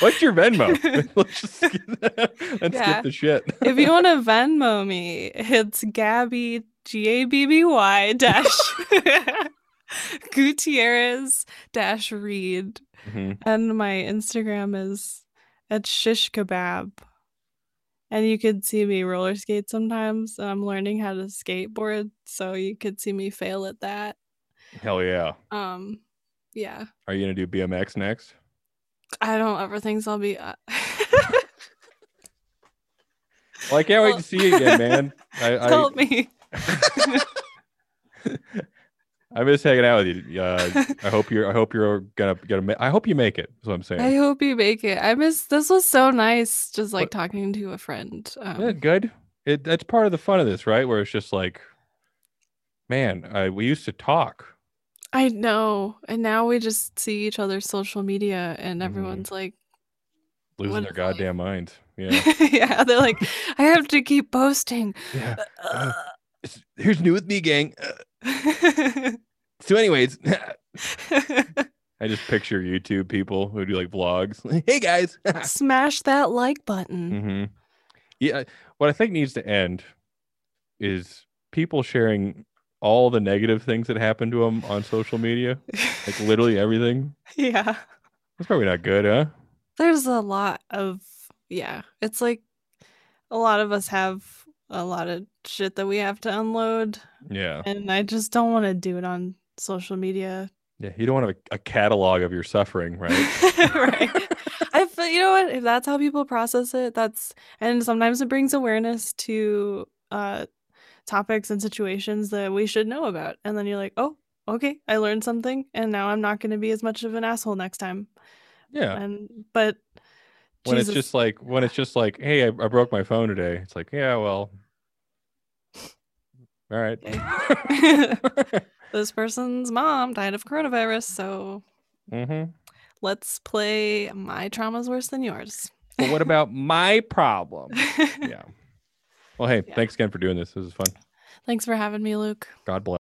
S1: What's your Venmo? let's just skip, let's
S3: Yeah.
S1: skip the shit.
S3: if you want to Venmo me, it's Gabby G A B B Y dash Gutierrez dash Reed,
S1: Mhm.
S3: and my Instagram is at shish kebab, and you could see me roller skate sometimes. and I'm learning how to skateboard, so you could see me fail at that.
S1: Hell yeah.
S3: Um, yeah,
S1: Are you gonna do BMX next?
S3: I don't ever think so I'll be. Uh...
S1: Well, I can't wait
S3: Well-
S1: to see you again, man. I, I,
S3: Help me.
S1: I miss hanging out with you. Uh, I hope you're. I hope you're gonna gonna. Ma- I hope you make it. That's what I'm saying.
S3: I hope you make it. I miss this was so nice just like
S1: What-
S3: talking to a friend. Um,
S1: Yeah, good. It, that's part of the fun of this, right? Where it's just like, man, I, we used to talk.
S3: I know. And now we just see each other's social media and
S1: Mhm.
S3: everyone's like
S1: Losing
S3: What
S1: their
S3: is life?
S1: goddamn minds. Yeah.
S3: yeah. they're like I have to keep posting.
S1: yeah.
S3: Ugh.
S1: It's- here's new with me, gang. Uh, so, anyways, I just picture YouTube people who do like vlogs. hey guys.
S3: Smash that like button.
S1: hmm Yeah. What I think needs to end is people sharing all the negative things that happen to them on social media, Mm-hmm. like literally everything.
S3: yeah.
S1: That's probably not good, huh?
S3: There's a lot of yeah. It's like a lot of us have a lot of shit that we have to unload
S1: Yeah.
S3: and I just don't want to do it on social media.
S1: Yeah. You don't want to have a, a catalog of your suffering, right?
S3: right. I feel you know what if that's how people process it, that's and sometimes it brings awareness to uh topics and situations that we should know about. And then you're like, "Oh, okay, I learned something and now I'm not going to be as much of an asshole next time."
S1: yeah.
S3: And but
S1: When
S3: Jesus.
S1: it's just like, when it's just like, hey, I, I broke my phone today. It's like, yeah, well, all right.
S3: this person's mom died of coronavirus, so
S1: hmm
S3: let's play my trauma's worse than yours.
S1: But what about my problem? Yeah. Well, hey,
S3: Yeah.
S1: thanks again for doing this. This is fun.
S3: Thanks for having me, Luke.
S1: God bless.